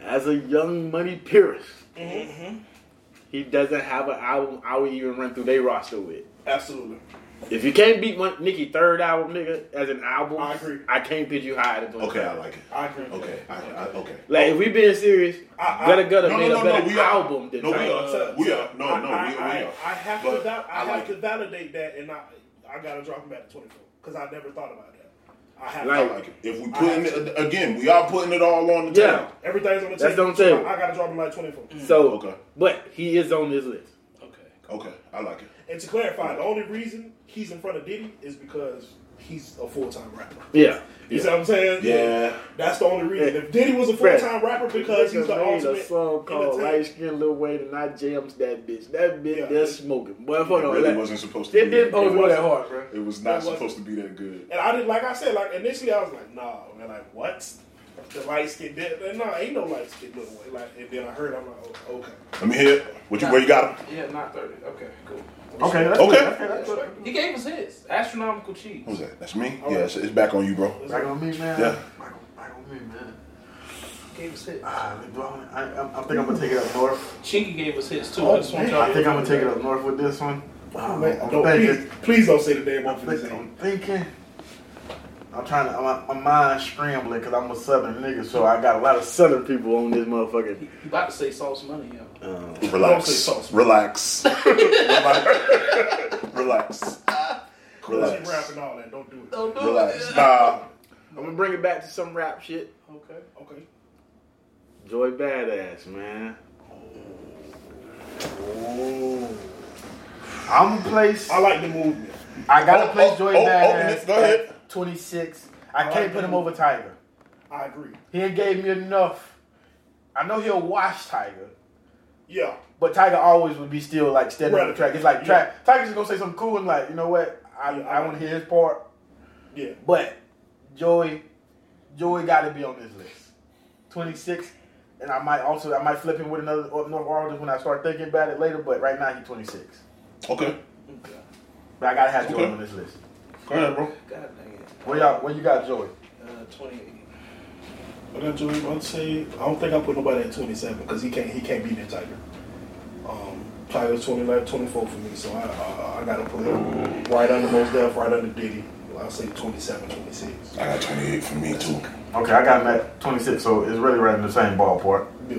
Speaker 7: as a young money purist, mm-hmm. he doesn't have an album I would even run through their roster with.
Speaker 4: Absolutely.
Speaker 7: If you can't beat one, Nicki third album, nigga, as an album,
Speaker 4: I agree.
Speaker 7: I can't pitch you higher than 25.
Speaker 1: Okay, I like it.
Speaker 4: I agree. with
Speaker 1: Okay, I, I, okay.
Speaker 7: Like if we being serious,
Speaker 4: I- I-
Speaker 7: Gutter Gutter
Speaker 1: No, no,
Speaker 7: made
Speaker 1: no,
Speaker 7: a
Speaker 1: no,
Speaker 7: better
Speaker 1: we are-
Speaker 7: album than
Speaker 1: no, we
Speaker 7: Tiger.
Speaker 1: are.
Speaker 4: that.
Speaker 1: We are- no, no,
Speaker 4: I,
Speaker 1: we- we
Speaker 4: I,
Speaker 1: are.
Speaker 4: I have
Speaker 1: But
Speaker 4: to val- I,
Speaker 1: I like
Speaker 4: have to
Speaker 1: it.
Speaker 4: validate that, and I I gotta drop him at the twenty four because I never thought about that. I have
Speaker 1: I
Speaker 7: Like-
Speaker 4: to.
Speaker 1: like it. If we putting it again, we are putting it all on the
Speaker 7: Yeah.
Speaker 1: table.
Speaker 4: Everything's on the
Speaker 7: That's
Speaker 4: table.
Speaker 7: on the table.
Speaker 4: I, I gotta drop him at twenty four.
Speaker 7: So,
Speaker 1: Okay.
Speaker 7: but he is on this list.
Speaker 2: Okay.
Speaker 1: Okay, I like it.
Speaker 4: And to clarify, the only reason he's in front of Diddy is because he's a full time rapper.
Speaker 7: Yeah.
Speaker 4: You see what I'm saying?
Speaker 1: Yeah.
Speaker 4: That's the only reason. If Diddy was a full
Speaker 7: Fred,
Speaker 4: time rapper because he's
Speaker 7: Nigga
Speaker 4: the
Speaker 7: made
Speaker 4: ultimate
Speaker 7: a song called
Speaker 4: entertainer.
Speaker 7: Light Skin Lil Wayne and I jams that bitch. That bitch
Speaker 4: Yeah.
Speaker 7: that's smoking. Boy,
Speaker 1: It
Speaker 7: hold on.
Speaker 1: really
Speaker 7: like-
Speaker 1: wasn't supposed to.
Speaker 7: It
Speaker 1: be
Speaker 7: didn't
Speaker 1: that
Speaker 7: always
Speaker 1: good.
Speaker 7: go that hard, bro.
Speaker 1: It was not
Speaker 4: It wasn't.
Speaker 1: supposed to be that good.
Speaker 4: And I didn't, like I said, like initially I was like, nah, man, like what? The light skin, no, nah, ain't no light skin little way. Like, and then I heard, I'm like, oh, okay.
Speaker 1: Let me hear. it. What you? Where you got him?
Speaker 2: Yeah, not 30. Okay, cool.
Speaker 5: Okay. That's
Speaker 1: Okay.
Speaker 5: Good. okay that's good.
Speaker 2: He gave us hits. Astronomical cheeks.
Speaker 1: Who's that? That's me. Yeah, it's, it's back on you, bro.
Speaker 5: Back on me, man.
Speaker 1: Yeah.
Speaker 5: Back on, back on me, man.
Speaker 2: Gave us hits.
Speaker 5: Ah, do I, wanna- I, I, I think I'm gonna take it up north.
Speaker 2: Chinky gave us hits too.
Speaker 4: Oh,
Speaker 2: I just want
Speaker 4: man.
Speaker 2: y'all
Speaker 5: I think I'm gonna take it up north with this one.
Speaker 4: Oh, man,
Speaker 5: I'm
Speaker 4: don't, please,
Speaker 5: thinking.
Speaker 4: please don't say the name
Speaker 5: I'm
Speaker 4: off of this
Speaker 5: thinking.
Speaker 4: thing.
Speaker 5: I'm thinking. I'm trying to. My, my mind's scrambling because I'm a southern nigga, so I got a lot of
Speaker 7: Southern people on this motherfucker.
Speaker 2: You about to say sauce money, yo.
Speaker 5: uh,
Speaker 1: Relax. Relax. Relax. Relax.
Speaker 4: Cool shit
Speaker 1: Relax.
Speaker 4: rap and all that, don't do it.
Speaker 2: Don't do
Speaker 1: Relax. Nah.
Speaker 7: I'm gonna bring it back to some rap shit.
Speaker 2: Okay.
Speaker 4: Okay.
Speaker 7: Joy Badass, man.
Speaker 5: I'm a place.
Speaker 4: I like the movement.
Speaker 5: I gotta
Speaker 1: Oh,
Speaker 5: place
Speaker 1: oh,
Speaker 5: Joy
Speaker 1: oh, open
Speaker 5: Badass
Speaker 1: it. Go ahead.
Speaker 5: at 26.
Speaker 4: I
Speaker 5: I
Speaker 4: like
Speaker 5: can't put
Speaker 4: that
Speaker 5: him
Speaker 4: movie.
Speaker 5: over Tiger.
Speaker 4: I agree.
Speaker 5: He ain't gave me enough. I know he'll watch Tiger,
Speaker 4: Yeah.
Speaker 5: but Tiger always would be still like standing on the
Speaker 4: Right.
Speaker 5: track. It's like
Speaker 4: Yeah.
Speaker 5: track. Tiger's just gonna say something cool and like, you know what? I,
Speaker 4: Yeah,
Speaker 5: I want to hear his part.
Speaker 4: Yeah.
Speaker 5: But Joey, Joey got to be on this list. 26. and I might also I might flip him with another up north artist when I start thinking about it later. But right now he's 26.
Speaker 1: Okay.
Speaker 5: But I gotta have Joey
Speaker 1: Okay.
Speaker 5: on this list.
Speaker 1: Go ahead, bro.
Speaker 2: God dang it.
Speaker 5: Where y'all? Where you got Joey?
Speaker 2: Uh, 28.
Speaker 4: But then Joey, I'd say I don't think I put nobody at 27 because he can't he can't beat that Tiger. Um, Tiger's 29, 24 for me, so I I, I gotta put him right under most Def, right under Diddy. I'll say 27, 26.
Speaker 1: I got 28 for me, too.
Speaker 5: Okay, I got him at 26, so it's really right in the same ballpark.
Speaker 4: Yeah.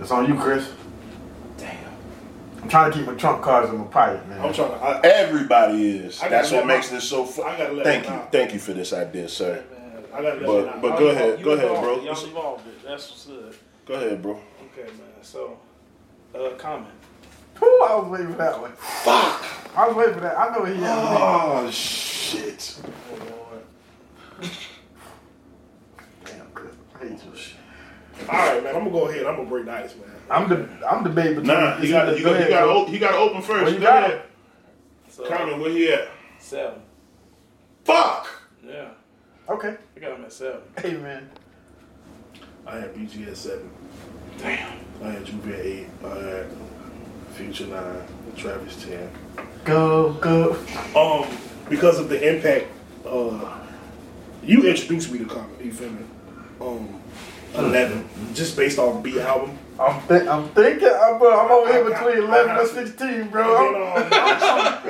Speaker 5: It's on you, Chris.
Speaker 2: Damn.
Speaker 5: I'm trying to keep my trump cards in my pocket, man.
Speaker 4: I'm trying to. I,
Speaker 1: Everybody is.
Speaker 4: I gotta
Speaker 1: That's what
Speaker 4: let my-
Speaker 1: makes this so fun.
Speaker 4: I gotta let
Speaker 1: Thank
Speaker 4: him
Speaker 1: you.
Speaker 4: out.
Speaker 1: Thank you for this idea, sir.
Speaker 2: Man,
Speaker 4: I gotta let
Speaker 1: But-
Speaker 4: you know.
Speaker 1: but
Speaker 4: I-
Speaker 1: go
Speaker 4: I-
Speaker 1: ahead.
Speaker 2: you
Speaker 1: Go ahead,
Speaker 2: involved
Speaker 1: bro.
Speaker 2: it. Y'all involved it. That's what's good.
Speaker 1: Go ahead, bro.
Speaker 2: Okay, man. So, uh, comment.
Speaker 5: Whew, I was waiting for that one. Fuck! I was waiting for that. I know he had me.
Speaker 1: Oh, shit.
Speaker 2: Oh, Lord.
Speaker 5: Damn, Chris. I hate you.
Speaker 4: All right, man. I'm gonna go ahead. I'm gonna break the ice, man.
Speaker 5: I'm the I'm debating between
Speaker 1: Nah,
Speaker 5: it's
Speaker 1: you got,
Speaker 5: either
Speaker 1: you, got, you,
Speaker 5: Fred
Speaker 1: got,
Speaker 5: or-
Speaker 1: o- you got to open first.
Speaker 5: Well, you
Speaker 1: Go
Speaker 5: got
Speaker 1: ahead.
Speaker 2: So,
Speaker 1: Common, where he at?
Speaker 2: seven.
Speaker 1: Fuck!
Speaker 2: Yeah.
Speaker 5: Okay.
Speaker 2: I got him at seven.
Speaker 5: Hey man.
Speaker 4: I had BG at seven.
Speaker 2: Damn.
Speaker 4: I had Juvie at eight. I had Future nine. Travis ten.
Speaker 5: Go go.
Speaker 4: Um, because of the impact, uh, you introduced me to Common. You feel me? Um, eleven, just based off B album.
Speaker 5: I'm think I'm thinking I'm, bro, I'm over here
Speaker 4: I got-
Speaker 5: between
Speaker 4: I got
Speaker 5: eleven and
Speaker 4: you.
Speaker 5: sixteen,
Speaker 4: And
Speaker 5: bro. I'm,
Speaker 4: then, um,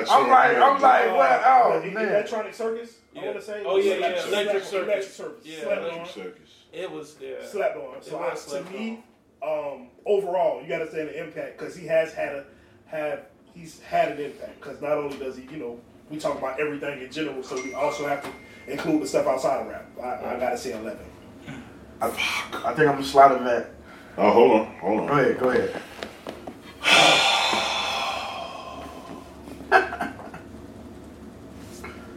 Speaker 5: I'm like I'm like
Speaker 4: uh,
Speaker 5: what? Oh
Speaker 4: the e-
Speaker 5: man.
Speaker 4: Electronic Circus. I
Speaker 2: Yeah.
Speaker 4: want to say.
Speaker 2: Oh, yeah, yeah,
Speaker 4: Slapped-
Speaker 2: Electric
Speaker 4: slapped-
Speaker 2: Circus.
Speaker 4: Electric Circus.
Speaker 2: Yeah,
Speaker 4: Slapped
Speaker 2: Electric
Speaker 4: on.
Speaker 1: Circus.
Speaker 2: It was, yeah.
Speaker 4: Slapped on. So
Speaker 2: It
Speaker 4: I,
Speaker 2: was
Speaker 4: to
Speaker 2: slapped
Speaker 4: me, um, overall, you got to say the impact because he has had a have he's had an impact because not only does he you know we talk about everything in general, so we also have to include the stuff outside of rap. I, I gotta say eleven.
Speaker 5: I, I think I'm gonna slide him that.
Speaker 1: Oh, hold on. Hold
Speaker 5: Go
Speaker 1: on.
Speaker 5: ahead, go ahead.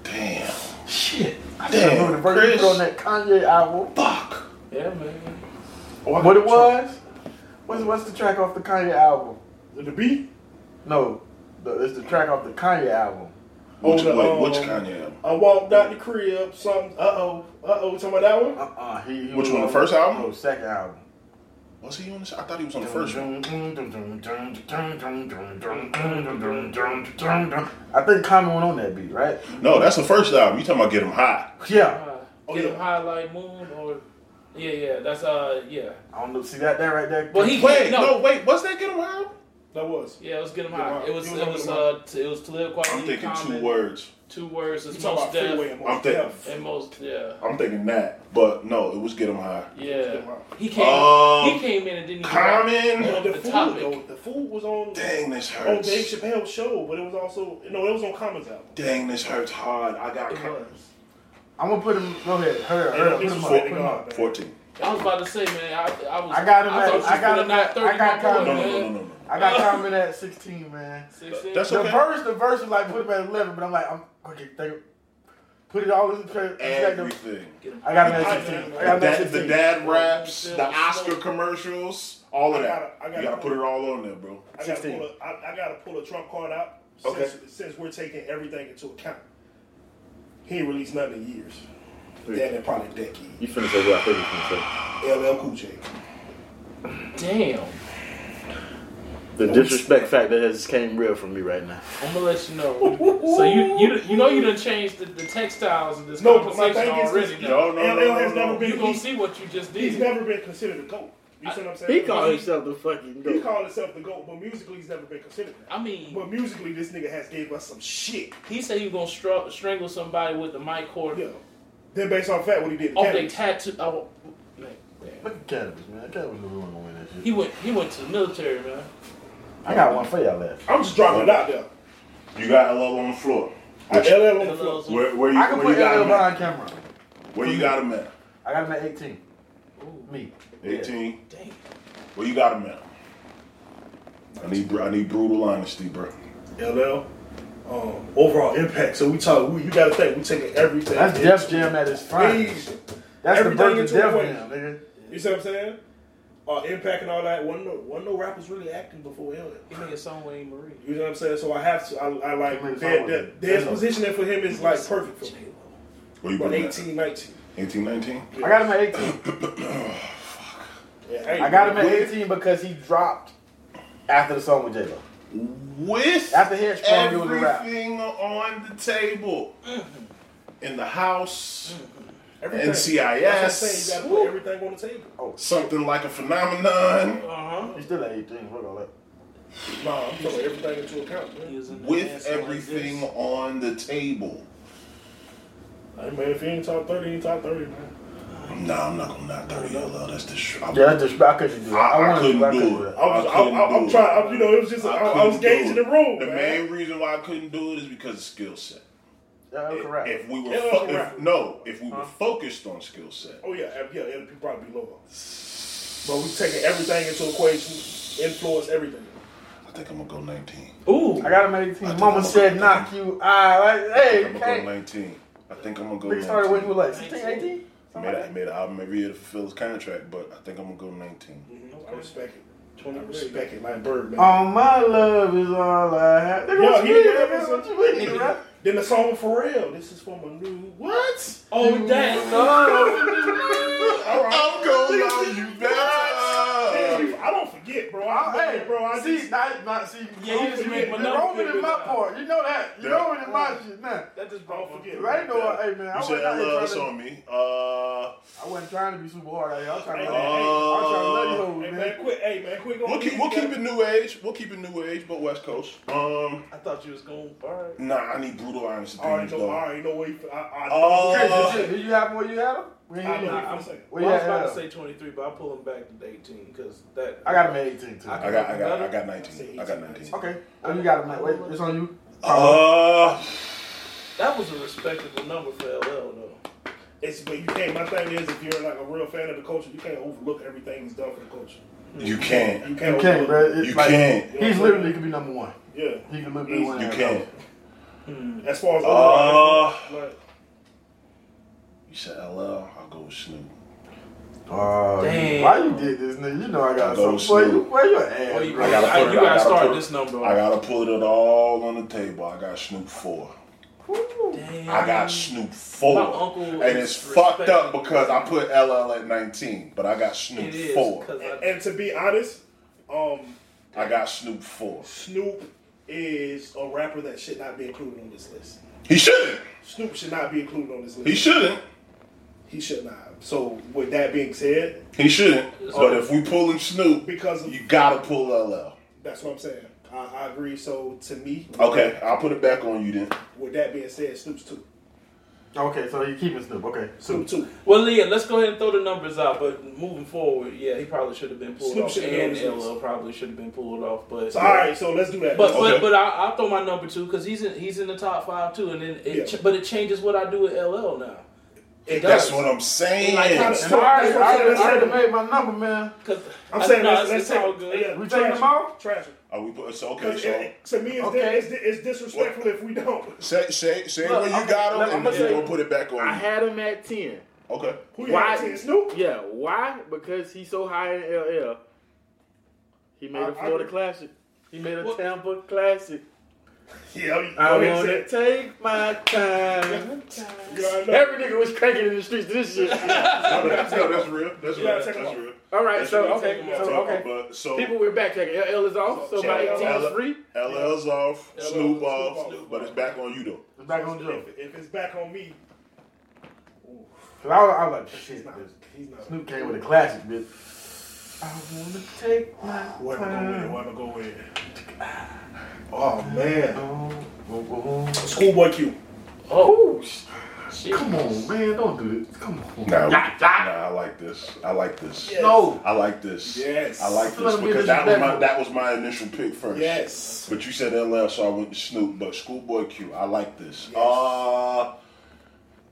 Speaker 1: Damn.
Speaker 5: Shit. I
Speaker 1: Damn,
Speaker 5: Damn, the first
Speaker 1: Chris.
Speaker 5: you put on that Kanye album.
Speaker 1: Fuck.
Speaker 2: Yeah, man.
Speaker 4: Oh,
Speaker 5: What it was? What's what's the track off the Kanye album?
Speaker 4: The B.
Speaker 5: No, the, it's the track off the Kanye album.
Speaker 1: Which,
Speaker 4: Oh, the,
Speaker 1: wait, which
Speaker 4: um,
Speaker 1: Kanye album?
Speaker 4: I walked out the crib, something. Uh oh, uh oh. Talking about that one?
Speaker 5: Uh-uh, he, he
Speaker 1: Which
Speaker 5: was
Speaker 1: one, the
Speaker 5: on-
Speaker 1: first album?
Speaker 5: No, second album.
Speaker 1: Was he on this? I thought he was on the first one.
Speaker 5: I think Common went on that beat, right?
Speaker 1: No, that's the first album. You talking about Get Him High?
Speaker 5: Yeah.
Speaker 2: Uh,
Speaker 4: Oh,
Speaker 2: get
Speaker 4: yeah.
Speaker 2: him high like moon or. Yeah, yeah. That's, uh, yeah.
Speaker 5: I don't know. See that there right there?
Speaker 2: Well, he can't.
Speaker 1: Wait, no,
Speaker 2: No.
Speaker 1: wait. What's that Get Him High?
Speaker 4: That was.
Speaker 2: Yeah, let's get him
Speaker 4: Get him
Speaker 2: high.
Speaker 4: high.
Speaker 2: It was,
Speaker 4: You
Speaker 2: it
Speaker 4: wanna
Speaker 2: was,
Speaker 4: get him
Speaker 2: uh, t- it was Talib Kweli.
Speaker 1: I'm thinking
Speaker 2: Common.
Speaker 1: two words.
Speaker 2: Two words. It's
Speaker 4: You talking
Speaker 2: most
Speaker 4: about freeway
Speaker 2: death.
Speaker 4: and
Speaker 1: I'm thinking.
Speaker 2: And most, yeah.
Speaker 1: I'm thinking that, but no, it was Get Him High.
Speaker 2: Yeah. He came,
Speaker 1: Um,
Speaker 2: he came in and didn't even.
Speaker 1: Common.
Speaker 2: Yeah.
Speaker 4: But the
Speaker 2: The
Speaker 4: food
Speaker 2: topic.
Speaker 4: though, the food was on
Speaker 1: Dang, this
Speaker 4: on
Speaker 1: hurts.
Speaker 4: Dave Chappelle's show, but it was also no, it was on Common's album.
Speaker 1: Dang, this hurts hard. I got
Speaker 2: It
Speaker 1: Common.
Speaker 2: was.
Speaker 5: I'm gonna put him. Go ahead. Hurry up.
Speaker 4: And
Speaker 5: Hurry up.
Speaker 4: this
Speaker 5: Put him
Speaker 4: was
Speaker 5: up.
Speaker 4: for
Speaker 5: Put him
Speaker 4: God,
Speaker 5: up.
Speaker 4: man.
Speaker 1: Fourteen.
Speaker 2: I was about to say, man, I, I was.
Speaker 5: I got him
Speaker 2: I
Speaker 5: at-
Speaker 2: thought you
Speaker 5: I
Speaker 2: was
Speaker 5: got him
Speaker 2: gonna
Speaker 5: at-
Speaker 2: knock 30
Speaker 5: I got
Speaker 2: my boy,
Speaker 1: No, no,
Speaker 5: Common.
Speaker 1: no,
Speaker 2: man.
Speaker 1: no, no, no.
Speaker 5: I got Common at 16, man.
Speaker 2: Sixteen?
Speaker 1: That's
Speaker 5: The
Speaker 1: okay.
Speaker 5: verse, the verse is like put him at 11, but I'm like, I'm okay. Think, put it all in the credit.
Speaker 1: Everything.
Speaker 5: I got him at 16. I got him at
Speaker 1: That,
Speaker 5: 16.
Speaker 1: the dad raps, the Oscar commercials, all of
Speaker 4: I
Speaker 1: that.
Speaker 4: gotta- I gotta-
Speaker 1: you gotta put it all on there, bro.
Speaker 4: I gotta
Speaker 5: 16.
Speaker 4: pull a, I, I gotta pull a trump card out since,
Speaker 1: Okay.
Speaker 4: since we're taking everything into account. He ain't released nothing in years. Damn, it, probably a decade.
Speaker 7: You finna say what I think you finna say.
Speaker 4: LL Cool J.
Speaker 2: Damn.
Speaker 7: The disrespect factor has came real for me right now.
Speaker 2: I'm gonna let you know. so you you you know you done changed the, the textiles in this
Speaker 4: No, but my
Speaker 2: conversation
Speaker 4: thing is
Speaker 2: already.
Speaker 4: this-
Speaker 2: now.
Speaker 1: No, no,
Speaker 4: LL
Speaker 1: no, no,
Speaker 4: has
Speaker 1: no.
Speaker 4: never been.
Speaker 2: You gonna
Speaker 4: he's,
Speaker 2: see what you just did.
Speaker 4: he's never been considered a goat. You see what I'm saying?
Speaker 7: He called himself the fucking
Speaker 4: He
Speaker 7: goat.
Speaker 4: called himself the goat, but musically he's never been considered. That.
Speaker 2: I mean,
Speaker 4: But musically, this nigga has gave us some shit.
Speaker 2: he said he was gonna str- strangle somebody with the mic cord
Speaker 4: Yeah. Then based off that, what he did. to
Speaker 2: off their
Speaker 4: Kendrick.
Speaker 2: tattoo. Oh, man, damn.
Speaker 5: Look at Cannabis, man. Cannabis knew we weren't gonna win that shit.
Speaker 2: He went he went to the military, man.
Speaker 5: I got one for y'all left.
Speaker 4: I'm just dropping it out there.
Speaker 1: You got LL on the floor.
Speaker 4: I LL on the floor.
Speaker 2: LL's
Speaker 1: Where, where you,
Speaker 5: I can
Speaker 1: where
Speaker 5: put
Speaker 1: you got
Speaker 5: LL
Speaker 1: him at?
Speaker 5: behind camera.
Speaker 1: Where you got him at?
Speaker 5: I got him at 18.
Speaker 2: Ooh,
Speaker 5: Me.
Speaker 1: 18.
Speaker 2: damn.
Speaker 1: Where you got him at? I need, br- I need brutal honesty, bro.
Speaker 4: LL. Um, overall impact. So we talk. We, you got to think. We taking everything.
Speaker 5: That's
Speaker 4: into-
Speaker 5: Def Jam at his finest.
Speaker 4: Please.
Speaker 5: That's the
Speaker 4: Everything
Speaker 5: birth
Speaker 4: into
Speaker 5: of Def
Speaker 4: one.
Speaker 5: Jam, nigga.
Speaker 4: You see what I'm saying? Uh, impact and all that. One no, one no rappers really acting before LL.
Speaker 2: He made a song with Anne Marie.
Speaker 4: You know what I'm saying? So I have to. I, I
Speaker 5: He made a
Speaker 4: like
Speaker 5: song
Speaker 4: their,
Speaker 5: with
Speaker 4: their,
Speaker 5: him.
Speaker 4: their
Speaker 5: Yeah.
Speaker 4: positioning for him is like perfect for me.
Speaker 1: Where you
Speaker 4: But
Speaker 1: put him at?
Speaker 4: 18, 19.
Speaker 1: 18, 19?
Speaker 5: I got him at 18. I got him at 18 because he dropped after the song with J Lo.
Speaker 1: with
Speaker 5: After Hitch, Brown, he was a rap.
Speaker 1: everything on the table in the house,
Speaker 4: Everything. That's what I'm saying.
Speaker 1: NCIS,
Speaker 4: You gotta put everything on the table.
Speaker 1: something like a phenomenon
Speaker 2: Uh-huh.
Speaker 5: He still at 18. Fuck all that.
Speaker 4: No, I'm talking about everything into account, man.
Speaker 1: with everything on the table.
Speaker 4: Hey man, if you ain't top thirty, you ain't top thirty, man.
Speaker 1: Nah, I'm not gonna knock 30 LL. That's the shit.
Speaker 5: Yeah, that's just, I couldn't do that.
Speaker 1: I, I
Speaker 5: wanted to,
Speaker 1: couldn't
Speaker 5: but
Speaker 1: do it.
Speaker 4: I was, I,
Speaker 1: couldn't
Speaker 4: I, I,
Speaker 1: do
Speaker 4: am
Speaker 1: it.
Speaker 4: trying. I, you know, it was just I, I,
Speaker 1: couldn't
Speaker 4: was gauging
Speaker 1: do it.
Speaker 4: the room,
Speaker 1: The
Speaker 4: man.
Speaker 1: main reason why I couldn't do it is because of skill set.
Speaker 5: Yeah, that's correct.
Speaker 1: If we were
Speaker 4: Yeah,
Speaker 1: fo-
Speaker 4: that's a
Speaker 1: if,
Speaker 4: rap.
Speaker 1: no, if we were focused on skill set,
Speaker 4: Oh yeah, yeah, yeah. It'd probably be lower, but we taking everything into equation, influence everything.
Speaker 1: I think I'm gonna go 19.
Speaker 2: Ooh.
Speaker 5: I got him at 18.
Speaker 1: think
Speaker 5: Mama
Speaker 1: I'm
Speaker 5: said,
Speaker 1: gonna-
Speaker 5: knock you. I like, hey,
Speaker 1: I'm gonna
Speaker 5: you
Speaker 1: go
Speaker 5: can't.
Speaker 1: 19. I think I'm gonna go
Speaker 5: They
Speaker 1: 19.
Speaker 5: started when you were like 16, 18?
Speaker 1: He made, a, he made an album every year to fulfill his contract, but I think I'm gonna go 19.
Speaker 4: I respect it. I
Speaker 2: 23.
Speaker 4: respect it, like Birdman.
Speaker 5: All my love is all I have. Nigga,
Speaker 4: Yo,
Speaker 5: what
Speaker 4: he
Speaker 5: you mean?
Speaker 4: did
Speaker 5: Nigga,
Speaker 4: ever
Speaker 5: what you mean, bruh?
Speaker 4: then the song for real. This is for my new what?
Speaker 2: Oh, that.
Speaker 4: All right.
Speaker 1: I'm gonna love you better.
Speaker 4: I don't forget, bro. I,
Speaker 5: Oh,
Speaker 4: hey, bro. I
Speaker 5: see,
Speaker 4: just,
Speaker 5: not, not, see,
Speaker 2: Yeah, you just made
Speaker 5: the
Speaker 2: another
Speaker 5: Roman
Speaker 2: good
Speaker 5: is my
Speaker 2: one.
Speaker 5: part. You know that. You
Speaker 1: Yeah.
Speaker 5: know it is my shit now.
Speaker 2: That just
Speaker 4: I
Speaker 2: brought
Speaker 4: don't
Speaker 2: for
Speaker 4: forget.
Speaker 5: Right? No,
Speaker 1: Yeah.
Speaker 5: hey, man. I
Speaker 1: You said
Speaker 5: wasn't
Speaker 1: I
Speaker 5: out here
Speaker 1: love
Speaker 5: trying
Speaker 1: us
Speaker 5: to-
Speaker 1: on me. Uh, um,
Speaker 5: I wasn't trying to be super hard out here. I was trying to
Speaker 1: Oh.
Speaker 4: Hey, man,
Speaker 5: let you. I was trying to let you hold,
Speaker 4: Hey
Speaker 5: man.
Speaker 4: man, quit. Hey man, quit. going
Speaker 1: we'll keep
Speaker 4: easy,
Speaker 1: we'll keep
Speaker 4: man.
Speaker 1: it new age. We'll keep it new age, but West Coast. Um,
Speaker 2: I thought you was going to right.
Speaker 1: nah, I need brutal honesty.
Speaker 4: All right,
Speaker 1: Things,
Speaker 4: so, all
Speaker 1: though.
Speaker 4: right, you know what? you- I, I,
Speaker 1: Oh.
Speaker 5: Chris,
Speaker 1: Uh,
Speaker 5: did you- did you have him where you had him? Where you-
Speaker 4: I know
Speaker 2: Nah,
Speaker 4: what
Speaker 2: I'm-
Speaker 4: you saying.
Speaker 5: where
Speaker 2: Well,
Speaker 5: you
Speaker 2: I was
Speaker 5: had
Speaker 2: about to
Speaker 5: him?
Speaker 2: say 23, but I pull him back to 18 because that.
Speaker 5: I got him at 18, too.
Speaker 1: I got I got I got 19. I got 19.
Speaker 5: Okay. Oh, you got him. at- Wait, it's on you?
Speaker 1: Uh,
Speaker 2: That was a respectable number for LL, though.
Speaker 4: It's but you can't. My thing is, if you're like a real fan of the culture, you can't overlook everything he's done for the culture.
Speaker 1: you can't.
Speaker 4: You
Speaker 5: You
Speaker 4: can't.
Speaker 5: can't,
Speaker 4: overlook
Speaker 5: bro. It's
Speaker 1: You
Speaker 5: like-
Speaker 1: can't.
Speaker 5: He's literally could be number one.
Speaker 4: Yeah.
Speaker 5: He could literally be one.
Speaker 1: You
Speaker 5: and a
Speaker 1: can't.
Speaker 4: As far as
Speaker 1: Uh.
Speaker 4: other artists,
Speaker 1: You said LL. I'll go with Snoop.
Speaker 5: half. Oh,
Speaker 2: Damn.
Speaker 5: Why you did this, nigga? You know I got
Speaker 1: Go
Speaker 5: something. Boy, you,
Speaker 1: Snoop.
Speaker 5: boy, you an ass,
Speaker 2: Well, Oh, you,
Speaker 5: bro.
Speaker 1: I gotta
Speaker 2: I-
Speaker 1: put it-
Speaker 2: you
Speaker 1: I
Speaker 2: gotta
Speaker 1: gotta
Speaker 2: start
Speaker 1: put-
Speaker 2: this number.
Speaker 1: I
Speaker 2: off.
Speaker 1: gotta put it all on the table. I got Snoop four.
Speaker 2: Damn.
Speaker 1: I got Snoop four,
Speaker 2: My uncle
Speaker 1: and
Speaker 2: is
Speaker 1: it's fucked up
Speaker 2: respectable.
Speaker 1: because I put LL at nineteen, but I got Snoop
Speaker 2: It is
Speaker 1: four.
Speaker 2: because
Speaker 4: and,
Speaker 2: I
Speaker 4: and to be honest, um,
Speaker 1: I got Snoop four.
Speaker 4: Snoop is a rapper that should not be included on this list.
Speaker 1: He shouldn't.
Speaker 4: Snoop should not be included on this list.
Speaker 1: He shouldn't.
Speaker 4: He should not. So with that being said,
Speaker 1: He shouldn't. But if we pulling Snoop,
Speaker 4: because of
Speaker 1: you gotta pull LL.
Speaker 4: that's what I'm saying. I, I agree. So to me,
Speaker 1: Okay, I'll put it back on you then.
Speaker 4: with that being said, Snoop's two.
Speaker 5: Okay, so you keeping Snoop. Okay.
Speaker 4: Snoop two.
Speaker 2: Well, Leah, let's go ahead and throw the numbers out. But moving forward, yeah, he probably should have been pulled
Speaker 4: Snoop
Speaker 2: off,
Speaker 4: should've been on
Speaker 2: and
Speaker 4: this list.
Speaker 2: LL probably should have been pulled off. But
Speaker 4: So, all right, so let's do that.
Speaker 2: but
Speaker 1: Okay.
Speaker 2: but, but I, I'll throw my number two because he's in he's in the top five too, and then it
Speaker 4: Yeah.
Speaker 2: ch- but it changes what I do with LL now. It
Speaker 1: That's
Speaker 2: does
Speaker 1: what I'm saying.
Speaker 4: Like, kinda- That's
Speaker 5: And I already, I
Speaker 4: what I'm
Speaker 5: already, I
Speaker 4: saying.
Speaker 5: already made my number, man.
Speaker 2: because
Speaker 4: I'm saying
Speaker 2: no,
Speaker 4: let's,
Speaker 2: it's,
Speaker 4: let's
Speaker 2: it's all good.
Speaker 4: Yeah,
Speaker 5: We
Speaker 4: trash
Speaker 5: taking them
Speaker 4: it.
Speaker 5: all?
Speaker 4: Trash it.
Speaker 1: Are we put, so okay?
Speaker 4: 'Cause
Speaker 1: So
Speaker 4: it- to me, it's,
Speaker 5: Okay.
Speaker 4: it's, it's disrespectful if we don't.
Speaker 1: say say say
Speaker 5: Look,
Speaker 1: where you
Speaker 5: okay,
Speaker 1: got him,
Speaker 5: look,
Speaker 1: and
Speaker 5: I'ma
Speaker 1: then we're
Speaker 5: say-
Speaker 1: gonna put it back
Speaker 7: I
Speaker 1: on you.
Speaker 7: had him at 10.
Speaker 1: Okay.
Speaker 4: Who you got?
Speaker 7: Why?
Speaker 4: Ten Snoop?
Speaker 7: Yeah, why? Because he's so high in LL. He made
Speaker 4: I-
Speaker 7: a Florida
Speaker 4: I-
Speaker 7: classic. He made a
Speaker 2: What?
Speaker 7: Tampa classic.
Speaker 4: Yeah, you-
Speaker 7: I
Speaker 4: go ahead and
Speaker 7: want
Speaker 4: say
Speaker 7: to
Speaker 4: it.
Speaker 7: take my time.
Speaker 4: You already know.
Speaker 7: Every nigga was cranking in the streets to this shit.
Speaker 1: No, that's, no, that's real. That's
Speaker 4: You gotta
Speaker 1: real.
Speaker 4: take him
Speaker 1: That's
Speaker 4: off.
Speaker 1: real.
Speaker 7: All right,
Speaker 1: That's
Speaker 7: so
Speaker 1: what I'm
Speaker 7: okay,
Speaker 4: talking
Speaker 7: so
Speaker 1: So,
Speaker 7: okay.
Speaker 1: but so
Speaker 7: People we're backtracking. LL is off, so
Speaker 4: So,
Speaker 7: my
Speaker 4: check
Speaker 7: 18
Speaker 1: LL
Speaker 7: is free.
Speaker 1: LL's off,
Speaker 4: LL
Speaker 1: Snoop
Speaker 4: Snoop
Speaker 1: off,
Speaker 4: off.
Speaker 1: but it's back on you though.
Speaker 5: It's back on Joe.
Speaker 4: If, if it's back on me,
Speaker 5: 'Cause I was, I was like,
Speaker 4: he's
Speaker 5: shit,
Speaker 4: not.
Speaker 5: this
Speaker 4: He's not.
Speaker 5: Snoop came with a classic, bitch. I wanna take my
Speaker 4: Where am I going with? it?
Speaker 5: time.
Speaker 4: Where am I going with? it? Oh man,
Speaker 5: Oh, oh, oh.
Speaker 4: Schoolboy Q.
Speaker 2: Oh, shit.
Speaker 5: Come on, man, don't do this. Come on.
Speaker 1: Nah, nah,
Speaker 5: Nah, nah.
Speaker 1: I like this. I like this.
Speaker 4: Yes.
Speaker 5: No.
Speaker 1: I like this.
Speaker 4: Yes.
Speaker 1: I like
Speaker 5: Let
Speaker 1: this
Speaker 5: him be
Speaker 1: because that was my
Speaker 5: disrespectful.
Speaker 1: that was my initial pick first.
Speaker 4: Yes.
Speaker 1: But you said LL, so I went to Snoop. But Schoolboy Q, I like this. Uh,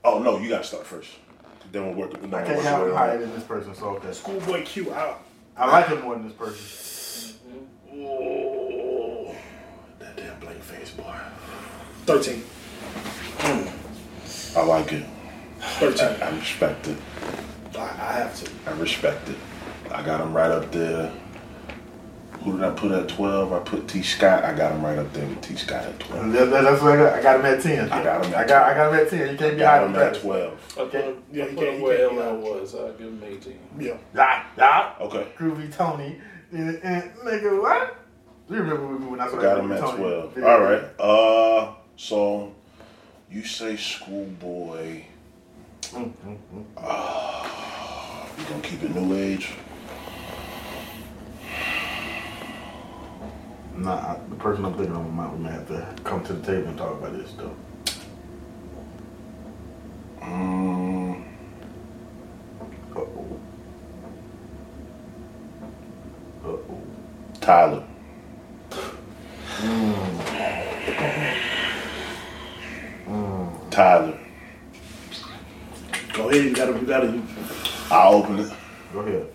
Speaker 1: oh no, you gotta start first. Then we'll work. Then we'll
Speaker 5: I
Speaker 1: work
Speaker 5: can't
Speaker 1: our
Speaker 5: have him
Speaker 1: way
Speaker 5: higher
Speaker 1: around.
Speaker 5: than this person, so okay.
Speaker 4: Schoolboy Q out.
Speaker 5: I like him more than this person.
Speaker 4: Oh,
Speaker 1: That damn blank face boy.
Speaker 4: Thirteen.
Speaker 1: I like it.
Speaker 4: Thirteen.
Speaker 1: I respect it.
Speaker 4: I, I have to.
Speaker 1: I respect it. I got him right up there. Who did I put at 12? I put T. Scott. I got him right up there with T. Scott at 12.
Speaker 5: That, that- that's what I got. I got him at ten.
Speaker 1: I got him at
Speaker 5: I got. I got him at ten. You can't be
Speaker 1: Got
Speaker 5: higher than
Speaker 1: him at
Speaker 5: that.
Speaker 2: I
Speaker 1: 12.
Speaker 2: put him,
Speaker 4: Yeah,
Speaker 2: I
Speaker 4: he
Speaker 2: put
Speaker 4: can't-
Speaker 2: him
Speaker 4: he
Speaker 2: where
Speaker 4: can't-
Speaker 2: LL was. I give him 18.
Speaker 4: Yeah.
Speaker 5: Ah, ah.
Speaker 1: Okay.
Speaker 5: Groovy Tony. And, and, nigga, what? You remember when I saw
Speaker 1: Got
Speaker 5: that
Speaker 1: him
Speaker 5: Groovy
Speaker 1: at
Speaker 5: Tony
Speaker 1: 12.
Speaker 5: video?
Speaker 1: All right. Uh, so you say schoolboy. Uh, you gonna keep it new age?
Speaker 5: Nah, I, the person I'm thinking of might we might have to come to the table and talk about this though.
Speaker 1: Mm,
Speaker 5: Uh oh. Uh oh.
Speaker 1: Tyler. Tyler.
Speaker 7: Go ahead, you gotta, you gotta.
Speaker 1: I open it.
Speaker 5: Go ahead.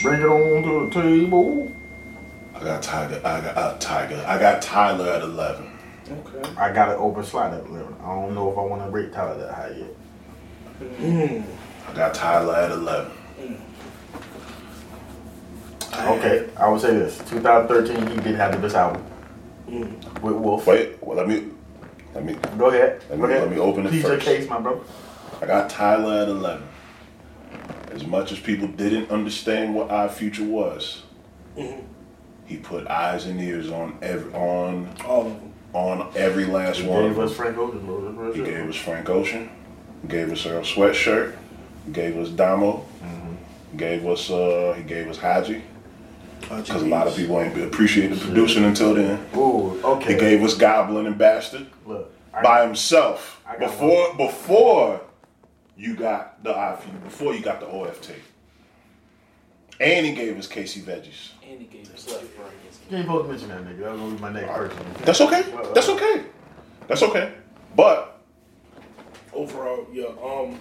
Speaker 5: Bring it on to the table.
Speaker 1: I got Tiger. I got uh, Tiger. I got Tyler at eleven.
Speaker 2: Okay.
Speaker 5: I got an open slot at eleven. I don't know if I want to break Tyler that high yet.
Speaker 1: I got Tyler at eleven.
Speaker 5: Okay, I would say this. 2013, he did have the best album with Wolf.
Speaker 1: Wait. Well, let me. Let me.
Speaker 5: Go ahead.
Speaker 1: Let
Speaker 5: Go
Speaker 1: me-
Speaker 5: ahead.
Speaker 1: let me open it
Speaker 5: Please your
Speaker 1: first.
Speaker 5: case, my bro.
Speaker 1: I got Tyler at 11. As much as people didn't understand what our future was,
Speaker 5: Mm-hmm.
Speaker 1: he put eyes and ears on every on
Speaker 4: All of them.
Speaker 1: on every last
Speaker 5: He
Speaker 1: one.
Speaker 5: gave us Frank Ocean, bro.
Speaker 1: he gave us Frank Ocean, he gave us Earl Sweatshirt, he gave us Damo,
Speaker 5: Mm-hmm.
Speaker 1: he gave us uh, he gave us Haji. Because a lot of people ain't appreciated producing until then.
Speaker 5: Ooh, okay.
Speaker 1: He gave us Goblin and Bastard
Speaker 5: Look, I,
Speaker 1: by himself
Speaker 5: I got
Speaker 1: before before you got the IFU, before you got the OFT. And he gave us Casey Veggies.
Speaker 2: And he gave us left brain.
Speaker 5: you ain't supposed to mention that nigga. That was gonna be my next person.
Speaker 1: That's okay.
Speaker 5: uh,
Speaker 1: That's okay. That's okay. But
Speaker 4: Overall, yeah. Um,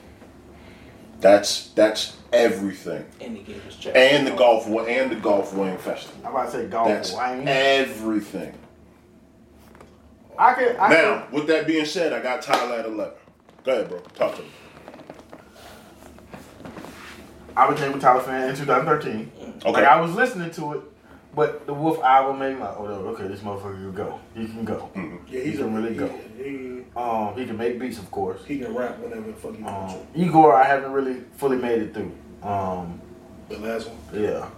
Speaker 1: that's that's everything.
Speaker 2: And he gave us Jack.
Speaker 1: And the golf wa- and the golf wing festival.
Speaker 5: I'm about to say golf.
Speaker 1: That's
Speaker 5: Wayne.
Speaker 1: everything.
Speaker 5: I can. I
Speaker 1: Now, with that being said, I got Tyler at eleven. Go ahead, bro. Talk to me.
Speaker 5: Can, I became a Tyler fan in 2013.
Speaker 1: Okay.
Speaker 5: Like I was listening to it, but the Wolf album made me like, oh, no, okay, this motherfucker can go. He can go.
Speaker 4: yeah,
Speaker 5: He
Speaker 4: he's a
Speaker 5: can really
Speaker 4: he-
Speaker 5: go.
Speaker 4: He,
Speaker 5: Um, he can make beats, of course.
Speaker 4: he can rap whenever the fuck he wants
Speaker 5: Um, Igor, I haven't really fully made it through. Um,
Speaker 4: to. The last one,
Speaker 5: yeah,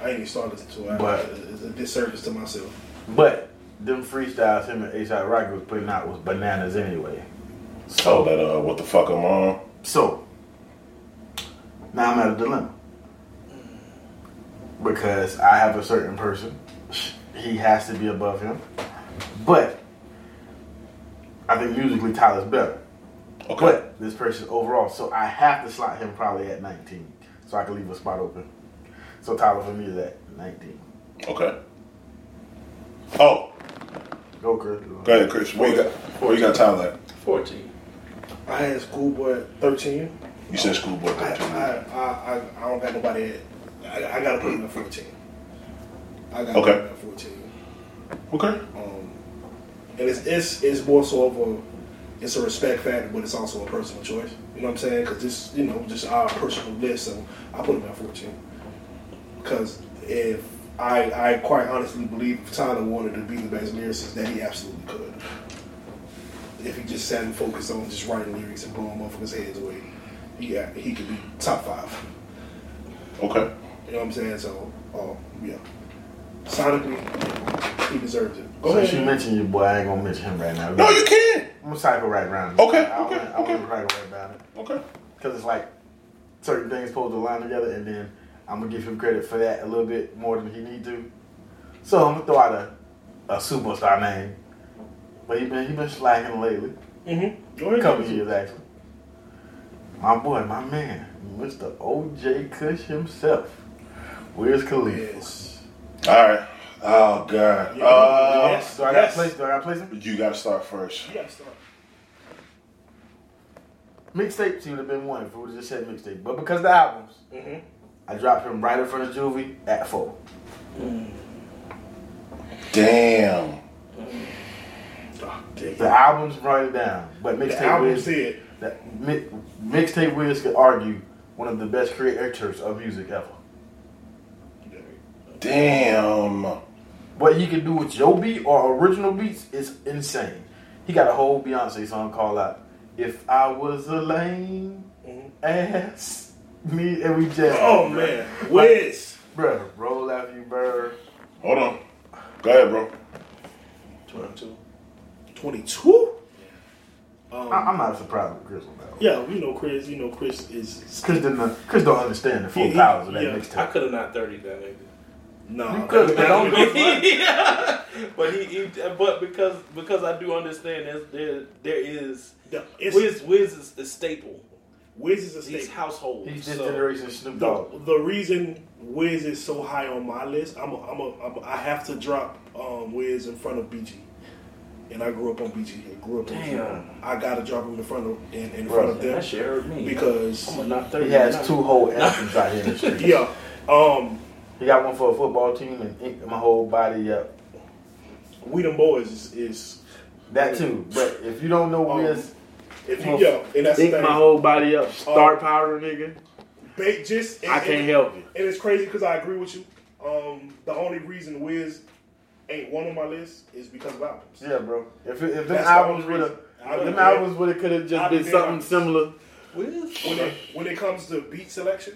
Speaker 4: I ain't even started to. I,
Speaker 5: But-
Speaker 4: it's a disservice to myself.
Speaker 5: but them freestyles him and ASAP Rocky was putting out was bananas anyway.
Speaker 1: Oh, that uh, what the fuck I'm on?
Speaker 5: So now I'm at a dilemma because I have a certain person. He has to be above him, but I think musically Tyler's better.
Speaker 1: Okay.
Speaker 5: But this person overall, so I have to slot him probably at 19, so I can leave a spot open. So Tyler for me is at 19.
Speaker 1: Okay. Oh,
Speaker 5: Go, Chris.
Speaker 1: go ahead, Chris. Where you got? Where you got Tyler? at?
Speaker 2: 14.
Speaker 4: I had schoolboy at thirteen.
Speaker 1: You said schoolboy
Speaker 4: I,
Speaker 1: thirteen.
Speaker 4: I, I, I, I don't got nobody at. I, I gotta put him at fourteen. I got
Speaker 1: Okay.
Speaker 4: him at fourteen.
Speaker 1: Okay.
Speaker 4: Um, and it's, it's it's more so of a it's a respect factor, but it's also a personal choice. You know what I'm saying? Because this you know just our personal list. So I put him at 14 because if I I quite honestly believe if Tyler wanted to be the best lyricist, that he absolutely could. If he just sat and focused on just writing lyrics and blowing motherfuckers' heads away, yeah, he could be top five.
Speaker 1: Okay.
Speaker 4: You know what I'm saying? So, oh yeah, sonically, he deserves it. Go
Speaker 5: Since
Speaker 4: ahead.
Speaker 5: you mentioned your boy, I ain't gonna mention him right now.
Speaker 1: No, you can.
Speaker 5: I'm gonna cycle right around. it.
Speaker 1: Okay,
Speaker 5: I
Speaker 1: okay,
Speaker 5: wanna- I
Speaker 1: okay.
Speaker 5: wanna cycle right around it.
Speaker 1: Okay.
Speaker 5: Because it's like certain things supposed to line together, and then I'm gonna give him credit for that a little bit more than he need to. So I'm gonna throw out a, a superstar name, but he been he been slacking lately.
Speaker 4: Mm-hmm. Go
Speaker 5: A
Speaker 4: ahead.
Speaker 5: couple years actually. My boy, my man, Mr. O.J. Cush himself, Where's Khalid?
Speaker 4: Yes.
Speaker 1: All right. Oh God.
Speaker 4: Yeah.
Speaker 1: Uh,
Speaker 4: Yes.
Speaker 5: Do I got to place? Do I got to place him?
Speaker 1: You gotta start first.
Speaker 4: You gotta start.
Speaker 5: Mixtapes, he would have been one if we would have just said mixtape. But because of the albums,
Speaker 4: Mhm.
Speaker 5: I dropped him right in front of Juvie at four.
Speaker 1: Damn.
Speaker 5: The albums brought it down, but
Speaker 4: The
Speaker 5: mixtape
Speaker 4: album
Speaker 5: Wiz,
Speaker 4: said,
Speaker 5: that mi- mixtape Wiz could argue one of the best creators of music ever.
Speaker 1: Damn.
Speaker 5: What he can do with your beat or original beats is insane. He got a whole Beyonce song called out "If I Was a Lame
Speaker 4: Mm-hmm.
Speaker 5: Ass." Me and we jam.
Speaker 3: Oh man, Wiz.
Speaker 5: bro, roll after you, bro.
Speaker 1: Hold on. Go ahead, bro.
Speaker 2: 22.
Speaker 4: 22?
Speaker 5: I- I'm not surprised with Chris on that. one.
Speaker 4: Yeah, we know Chris. You know Chris is.
Speaker 5: Chris didn't. Chris don't understand the full
Speaker 4: Yeah, he-
Speaker 5: powers of that
Speaker 4: yeah.
Speaker 2: I
Speaker 5: mixtape.
Speaker 2: could have not 30 that nigga.
Speaker 4: Nah.
Speaker 5: could've been on good
Speaker 2: yeah. But he, he but because because I do understand there's, there there is
Speaker 4: Yeah, It's, Wiz,
Speaker 2: Wiz Wiz is a staple.
Speaker 4: is a
Speaker 2: These
Speaker 4: staple.
Speaker 2: households.
Speaker 5: He's this
Speaker 2: so-
Speaker 5: generation Snoop Dogg.
Speaker 4: The, the reason Wiz is so high on my list, I'm a, I'm a, I'm a, I have to drop um, Wiz in front of BG. And I grew up on BG. I grew up on
Speaker 2: Damn.
Speaker 4: BG. I gotta drop him in front of in, in front of
Speaker 2: Damn,
Speaker 5: Right.
Speaker 4: them
Speaker 2: That shit hurt me. I'm
Speaker 4: because
Speaker 2: gonna knock 30.
Speaker 5: He has
Speaker 2: tonight.
Speaker 5: two whole anthems out here in the street.
Speaker 4: yeah, um,
Speaker 5: He got one for a football team and ink my whole body up.
Speaker 4: We Them Boys is, is
Speaker 5: That too. But if you don't know
Speaker 4: Um,
Speaker 5: Wiz,
Speaker 4: if you yo and that's the
Speaker 7: Think
Speaker 4: thing.
Speaker 7: my whole body up, star power, nigga.
Speaker 4: They just and,
Speaker 7: I can't
Speaker 4: and-
Speaker 7: help it.
Speaker 4: And it's crazy because I agree with you. Um, the only reason Wiz ain't one on my list is because of albums.
Speaker 5: yeah, bro. If it, if them
Speaker 4: That's the
Speaker 5: albums
Speaker 4: only
Speaker 5: would have,
Speaker 4: reason. I
Speaker 5: them
Speaker 4: would've-
Speaker 5: albums would have could have
Speaker 4: I'd
Speaker 5: just
Speaker 7: Did
Speaker 5: been
Speaker 4: been
Speaker 7: something similar.
Speaker 2: Wiz?
Speaker 4: When it when it comes to beat selection,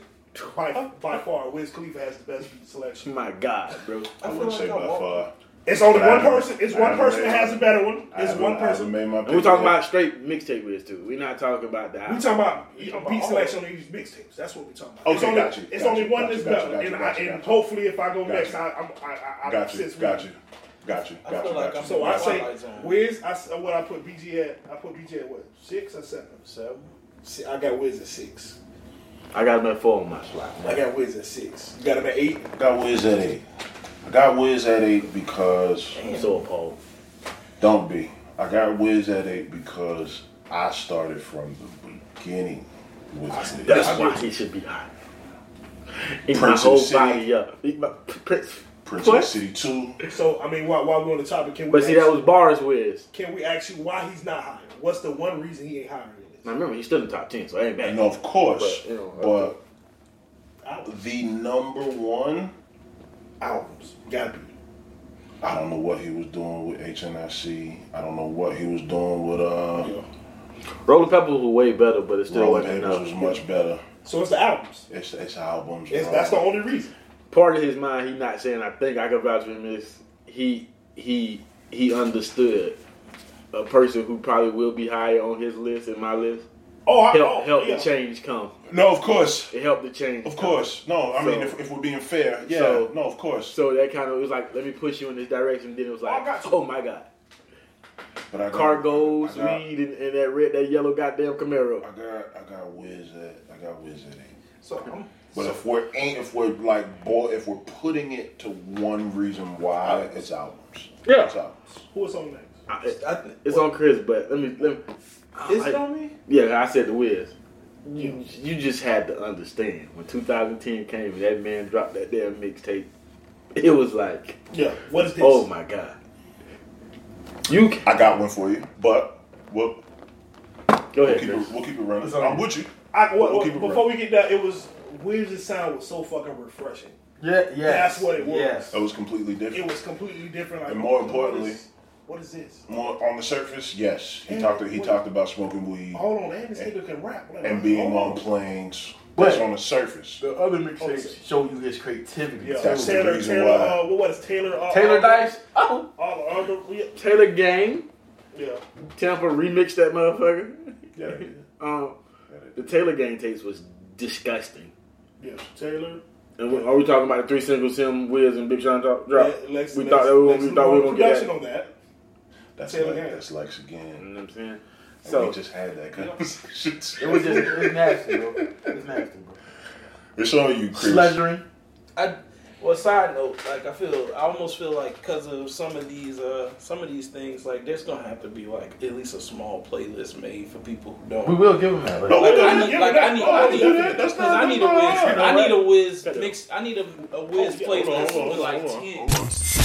Speaker 4: by by far Wiz Khalifa has the best beat selection.
Speaker 7: My God, bro.
Speaker 1: I wouldn't say by far.
Speaker 4: It's only
Speaker 1: But I
Speaker 4: one
Speaker 1: haven't-
Speaker 4: person. It's
Speaker 1: I
Speaker 4: one
Speaker 1: haven't
Speaker 4: person that
Speaker 1: made-
Speaker 4: has a better one.
Speaker 1: I
Speaker 4: It's
Speaker 1: haven't-
Speaker 4: one
Speaker 1: I haven't
Speaker 4: person.
Speaker 1: made my pick
Speaker 7: We're talking
Speaker 1: yet.
Speaker 7: about straight mixtape list too. We're not talking about the
Speaker 4: We
Speaker 7: album.
Speaker 4: talking about
Speaker 2: talking about
Speaker 4: beat
Speaker 2: all
Speaker 4: selection on these mixtapes. That's what we talking about.
Speaker 1: Okay,
Speaker 4: it's only,
Speaker 1: got you,
Speaker 4: It's
Speaker 1: got
Speaker 4: only
Speaker 1: you,
Speaker 4: one
Speaker 1: got
Speaker 4: that's
Speaker 1: you, got
Speaker 4: better,
Speaker 1: you, got
Speaker 4: and,
Speaker 1: you,
Speaker 4: I,
Speaker 1: got you,
Speaker 4: and
Speaker 1: got you.
Speaker 4: hopefully, if I go
Speaker 1: Got
Speaker 4: next,
Speaker 1: you.
Speaker 4: I, I'm, I, I, I
Speaker 1: Got you,
Speaker 4: since we-
Speaker 1: got you, got you,
Speaker 2: I
Speaker 1: got
Speaker 2: feel
Speaker 1: you,
Speaker 2: like I'm-
Speaker 1: got you.
Speaker 4: So I
Speaker 2: Twilight
Speaker 4: say
Speaker 2: Zone.
Speaker 4: Wiz. I s- what I put BG at. I put BG at what six or seven.
Speaker 2: Seven.
Speaker 4: See, I got Wiz at six.
Speaker 7: I got my four on my slot.
Speaker 4: I got Wiz at six. You got him at eight.
Speaker 1: I got Wiz at eight. I got Wiz at eight because
Speaker 7: I'm so appalled.
Speaker 1: don't be. I got Wiz at eight because I started from the beginning with Wiz.
Speaker 7: That's
Speaker 1: I
Speaker 7: why
Speaker 1: went
Speaker 7: he should be high. Eat my
Speaker 1: Prince
Speaker 7: whole
Speaker 1: and City.
Speaker 7: body up. Eat my Prince.
Speaker 1: Prince
Speaker 7: What?
Speaker 1: of City two.
Speaker 4: So I mean, while, while we're on the topic, can we?
Speaker 7: But see, that
Speaker 4: ask-
Speaker 7: was bars Wiz.
Speaker 4: Can we ask you why he's not higher? What's the one reason he ain't higher?
Speaker 7: Now remember, he's still in the top ten, so it ain't bad.
Speaker 1: And of course,
Speaker 7: But, you know,
Speaker 1: but
Speaker 4: Albums.
Speaker 1: the number one,
Speaker 4: Albums. Gotta be.
Speaker 1: I don't know what he was doing with HNIC. I don't know what he was doing with uh.
Speaker 7: Rolling Peppers was way better, but it still
Speaker 1: Rolling
Speaker 7: wasn't
Speaker 1: Papers was
Speaker 7: enough.
Speaker 1: much better.
Speaker 4: So it's the albums.
Speaker 1: It's it's albums.
Speaker 4: It's,
Speaker 1: bro.
Speaker 4: that's the only reason.
Speaker 7: Part of his mind, he not saying. I think I can vouch for him is he he he understood a person who probably will be higher on his list and my list.
Speaker 4: Oh, I,
Speaker 7: Help
Speaker 4: oh,
Speaker 7: help
Speaker 4: yeah.
Speaker 7: the change come.
Speaker 1: No, of course,
Speaker 7: It helped the change.
Speaker 1: of
Speaker 7: come.
Speaker 1: course. No, I mean
Speaker 7: So-
Speaker 1: if, if we're being fair, yeah.
Speaker 7: So-
Speaker 1: no, of course.
Speaker 7: So that kind of it was like, let me push you in this direction. Then it was
Speaker 4: I
Speaker 7: like,
Speaker 4: got you.
Speaker 7: oh my god,
Speaker 1: But I got,
Speaker 7: cargos,
Speaker 1: I got,
Speaker 7: weed, and, and that red, that yellow, goddamn Camaro.
Speaker 1: I got I got Wiz at I got Wiz at eight.
Speaker 4: So I'm,
Speaker 1: But if we're ain't if we're like boy if we're putting it to one reason why it's albums.
Speaker 7: Yeah.
Speaker 1: It's albums.
Speaker 4: who is on next?
Speaker 7: I,
Speaker 2: I th-
Speaker 7: it's on Chris, but let me, let me
Speaker 2: Is
Speaker 7: I-
Speaker 2: it on me?
Speaker 7: yeah, I said the Wiz. You, you just had to understand when 2010 came and that man dropped that damn mixtape. It was like,
Speaker 4: Yeah. What is this?
Speaker 7: oh my god. You ca-
Speaker 1: I got one for you, but we'll,
Speaker 7: go
Speaker 1: we'll
Speaker 7: ahead,
Speaker 1: keep it
Speaker 7: Chris.
Speaker 1: we'll keep it running.
Speaker 5: It's on
Speaker 1: I'm
Speaker 5: you.
Speaker 1: with you.
Speaker 4: I, what,
Speaker 1: We'll
Speaker 4: what-
Speaker 1: keep it
Speaker 4: before we get that, it was Wiz's sound was so fucking refreshing.
Speaker 5: yeah, yeah,
Speaker 4: That's what it was.
Speaker 5: Yes.
Speaker 1: It was completely
Speaker 4: It
Speaker 1: different.
Speaker 4: was completely different. Like,
Speaker 1: And more
Speaker 4: what
Speaker 1: importantly-
Speaker 4: is- what is this?
Speaker 1: More on the surface, yes. He
Speaker 4: Yeah.
Speaker 1: talked he talked about smoking weed
Speaker 5: Oh.
Speaker 4: Hold on, and this nigga can rap. Like,
Speaker 1: and being
Speaker 4: hold
Speaker 1: on planes.
Speaker 5: But-
Speaker 1: That's on the surface.
Speaker 5: The other
Speaker 4: mixtapes
Speaker 5: mixtapes show you his creativity.
Speaker 4: Yeah,
Speaker 1: That's the
Speaker 4: Taylor,
Speaker 1: reason
Speaker 4: Taylor,
Speaker 1: why.
Speaker 4: Uh, what was Taylor? Uh,
Speaker 5: Taylor
Speaker 4: uh,
Speaker 5: Dice. Oh,
Speaker 4: All all the yeah,
Speaker 7: Taylor Gang,
Speaker 4: yeah.
Speaker 7: Tampa remixed that motherfucker.
Speaker 1: Yeah.
Speaker 7: Um, the Taylor Gang tapes was disgusting.
Speaker 4: yeah. Taylor.
Speaker 7: And we, are we talking about the three singles, him, Wiz, and Big Sean drop? drop?
Speaker 4: Le- Lex,
Speaker 7: we
Speaker 4: Lex-
Speaker 7: thought that we,
Speaker 4: Lex
Speaker 7: we thought we
Speaker 4: Luger
Speaker 7: were gonna get
Speaker 4: production
Speaker 7: that.
Speaker 4: on that.
Speaker 1: That's
Speaker 4: Taylor
Speaker 1: like
Speaker 4: Gang.
Speaker 1: that's Lex
Speaker 7: You
Speaker 1: again.
Speaker 7: know what I'm saying?
Speaker 1: And
Speaker 7: So
Speaker 1: we just had that conversation.
Speaker 5: it was just it was nasty, bro. It was nasty, bro.
Speaker 1: It's on you, Chris.
Speaker 5: Sledgering.
Speaker 2: I well, side note, like I feel, I almost feel like because of some of these, uh, some of these things, like there's gonna have to be like at least a small playlist made for people who don't.
Speaker 5: We will give him that.
Speaker 1: No,
Speaker 5: But
Speaker 1: we
Speaker 2: Like,
Speaker 1: don't
Speaker 2: I need,
Speaker 1: give
Speaker 2: like,
Speaker 1: it
Speaker 2: I
Speaker 1: that.
Speaker 2: need,
Speaker 1: No,
Speaker 2: I
Speaker 1: don't
Speaker 2: need,
Speaker 1: do that. That's
Speaker 2: because
Speaker 1: not-
Speaker 2: I need a
Speaker 1: that's
Speaker 2: whiz,
Speaker 1: not
Speaker 2: I need a whiz
Speaker 7: Cut it.
Speaker 2: mix, I need a, a whiz
Speaker 4: yeah,
Speaker 2: playlist
Speaker 4: hold on, hold on,
Speaker 2: with like
Speaker 4: hold on,
Speaker 2: ten.
Speaker 4: hold on.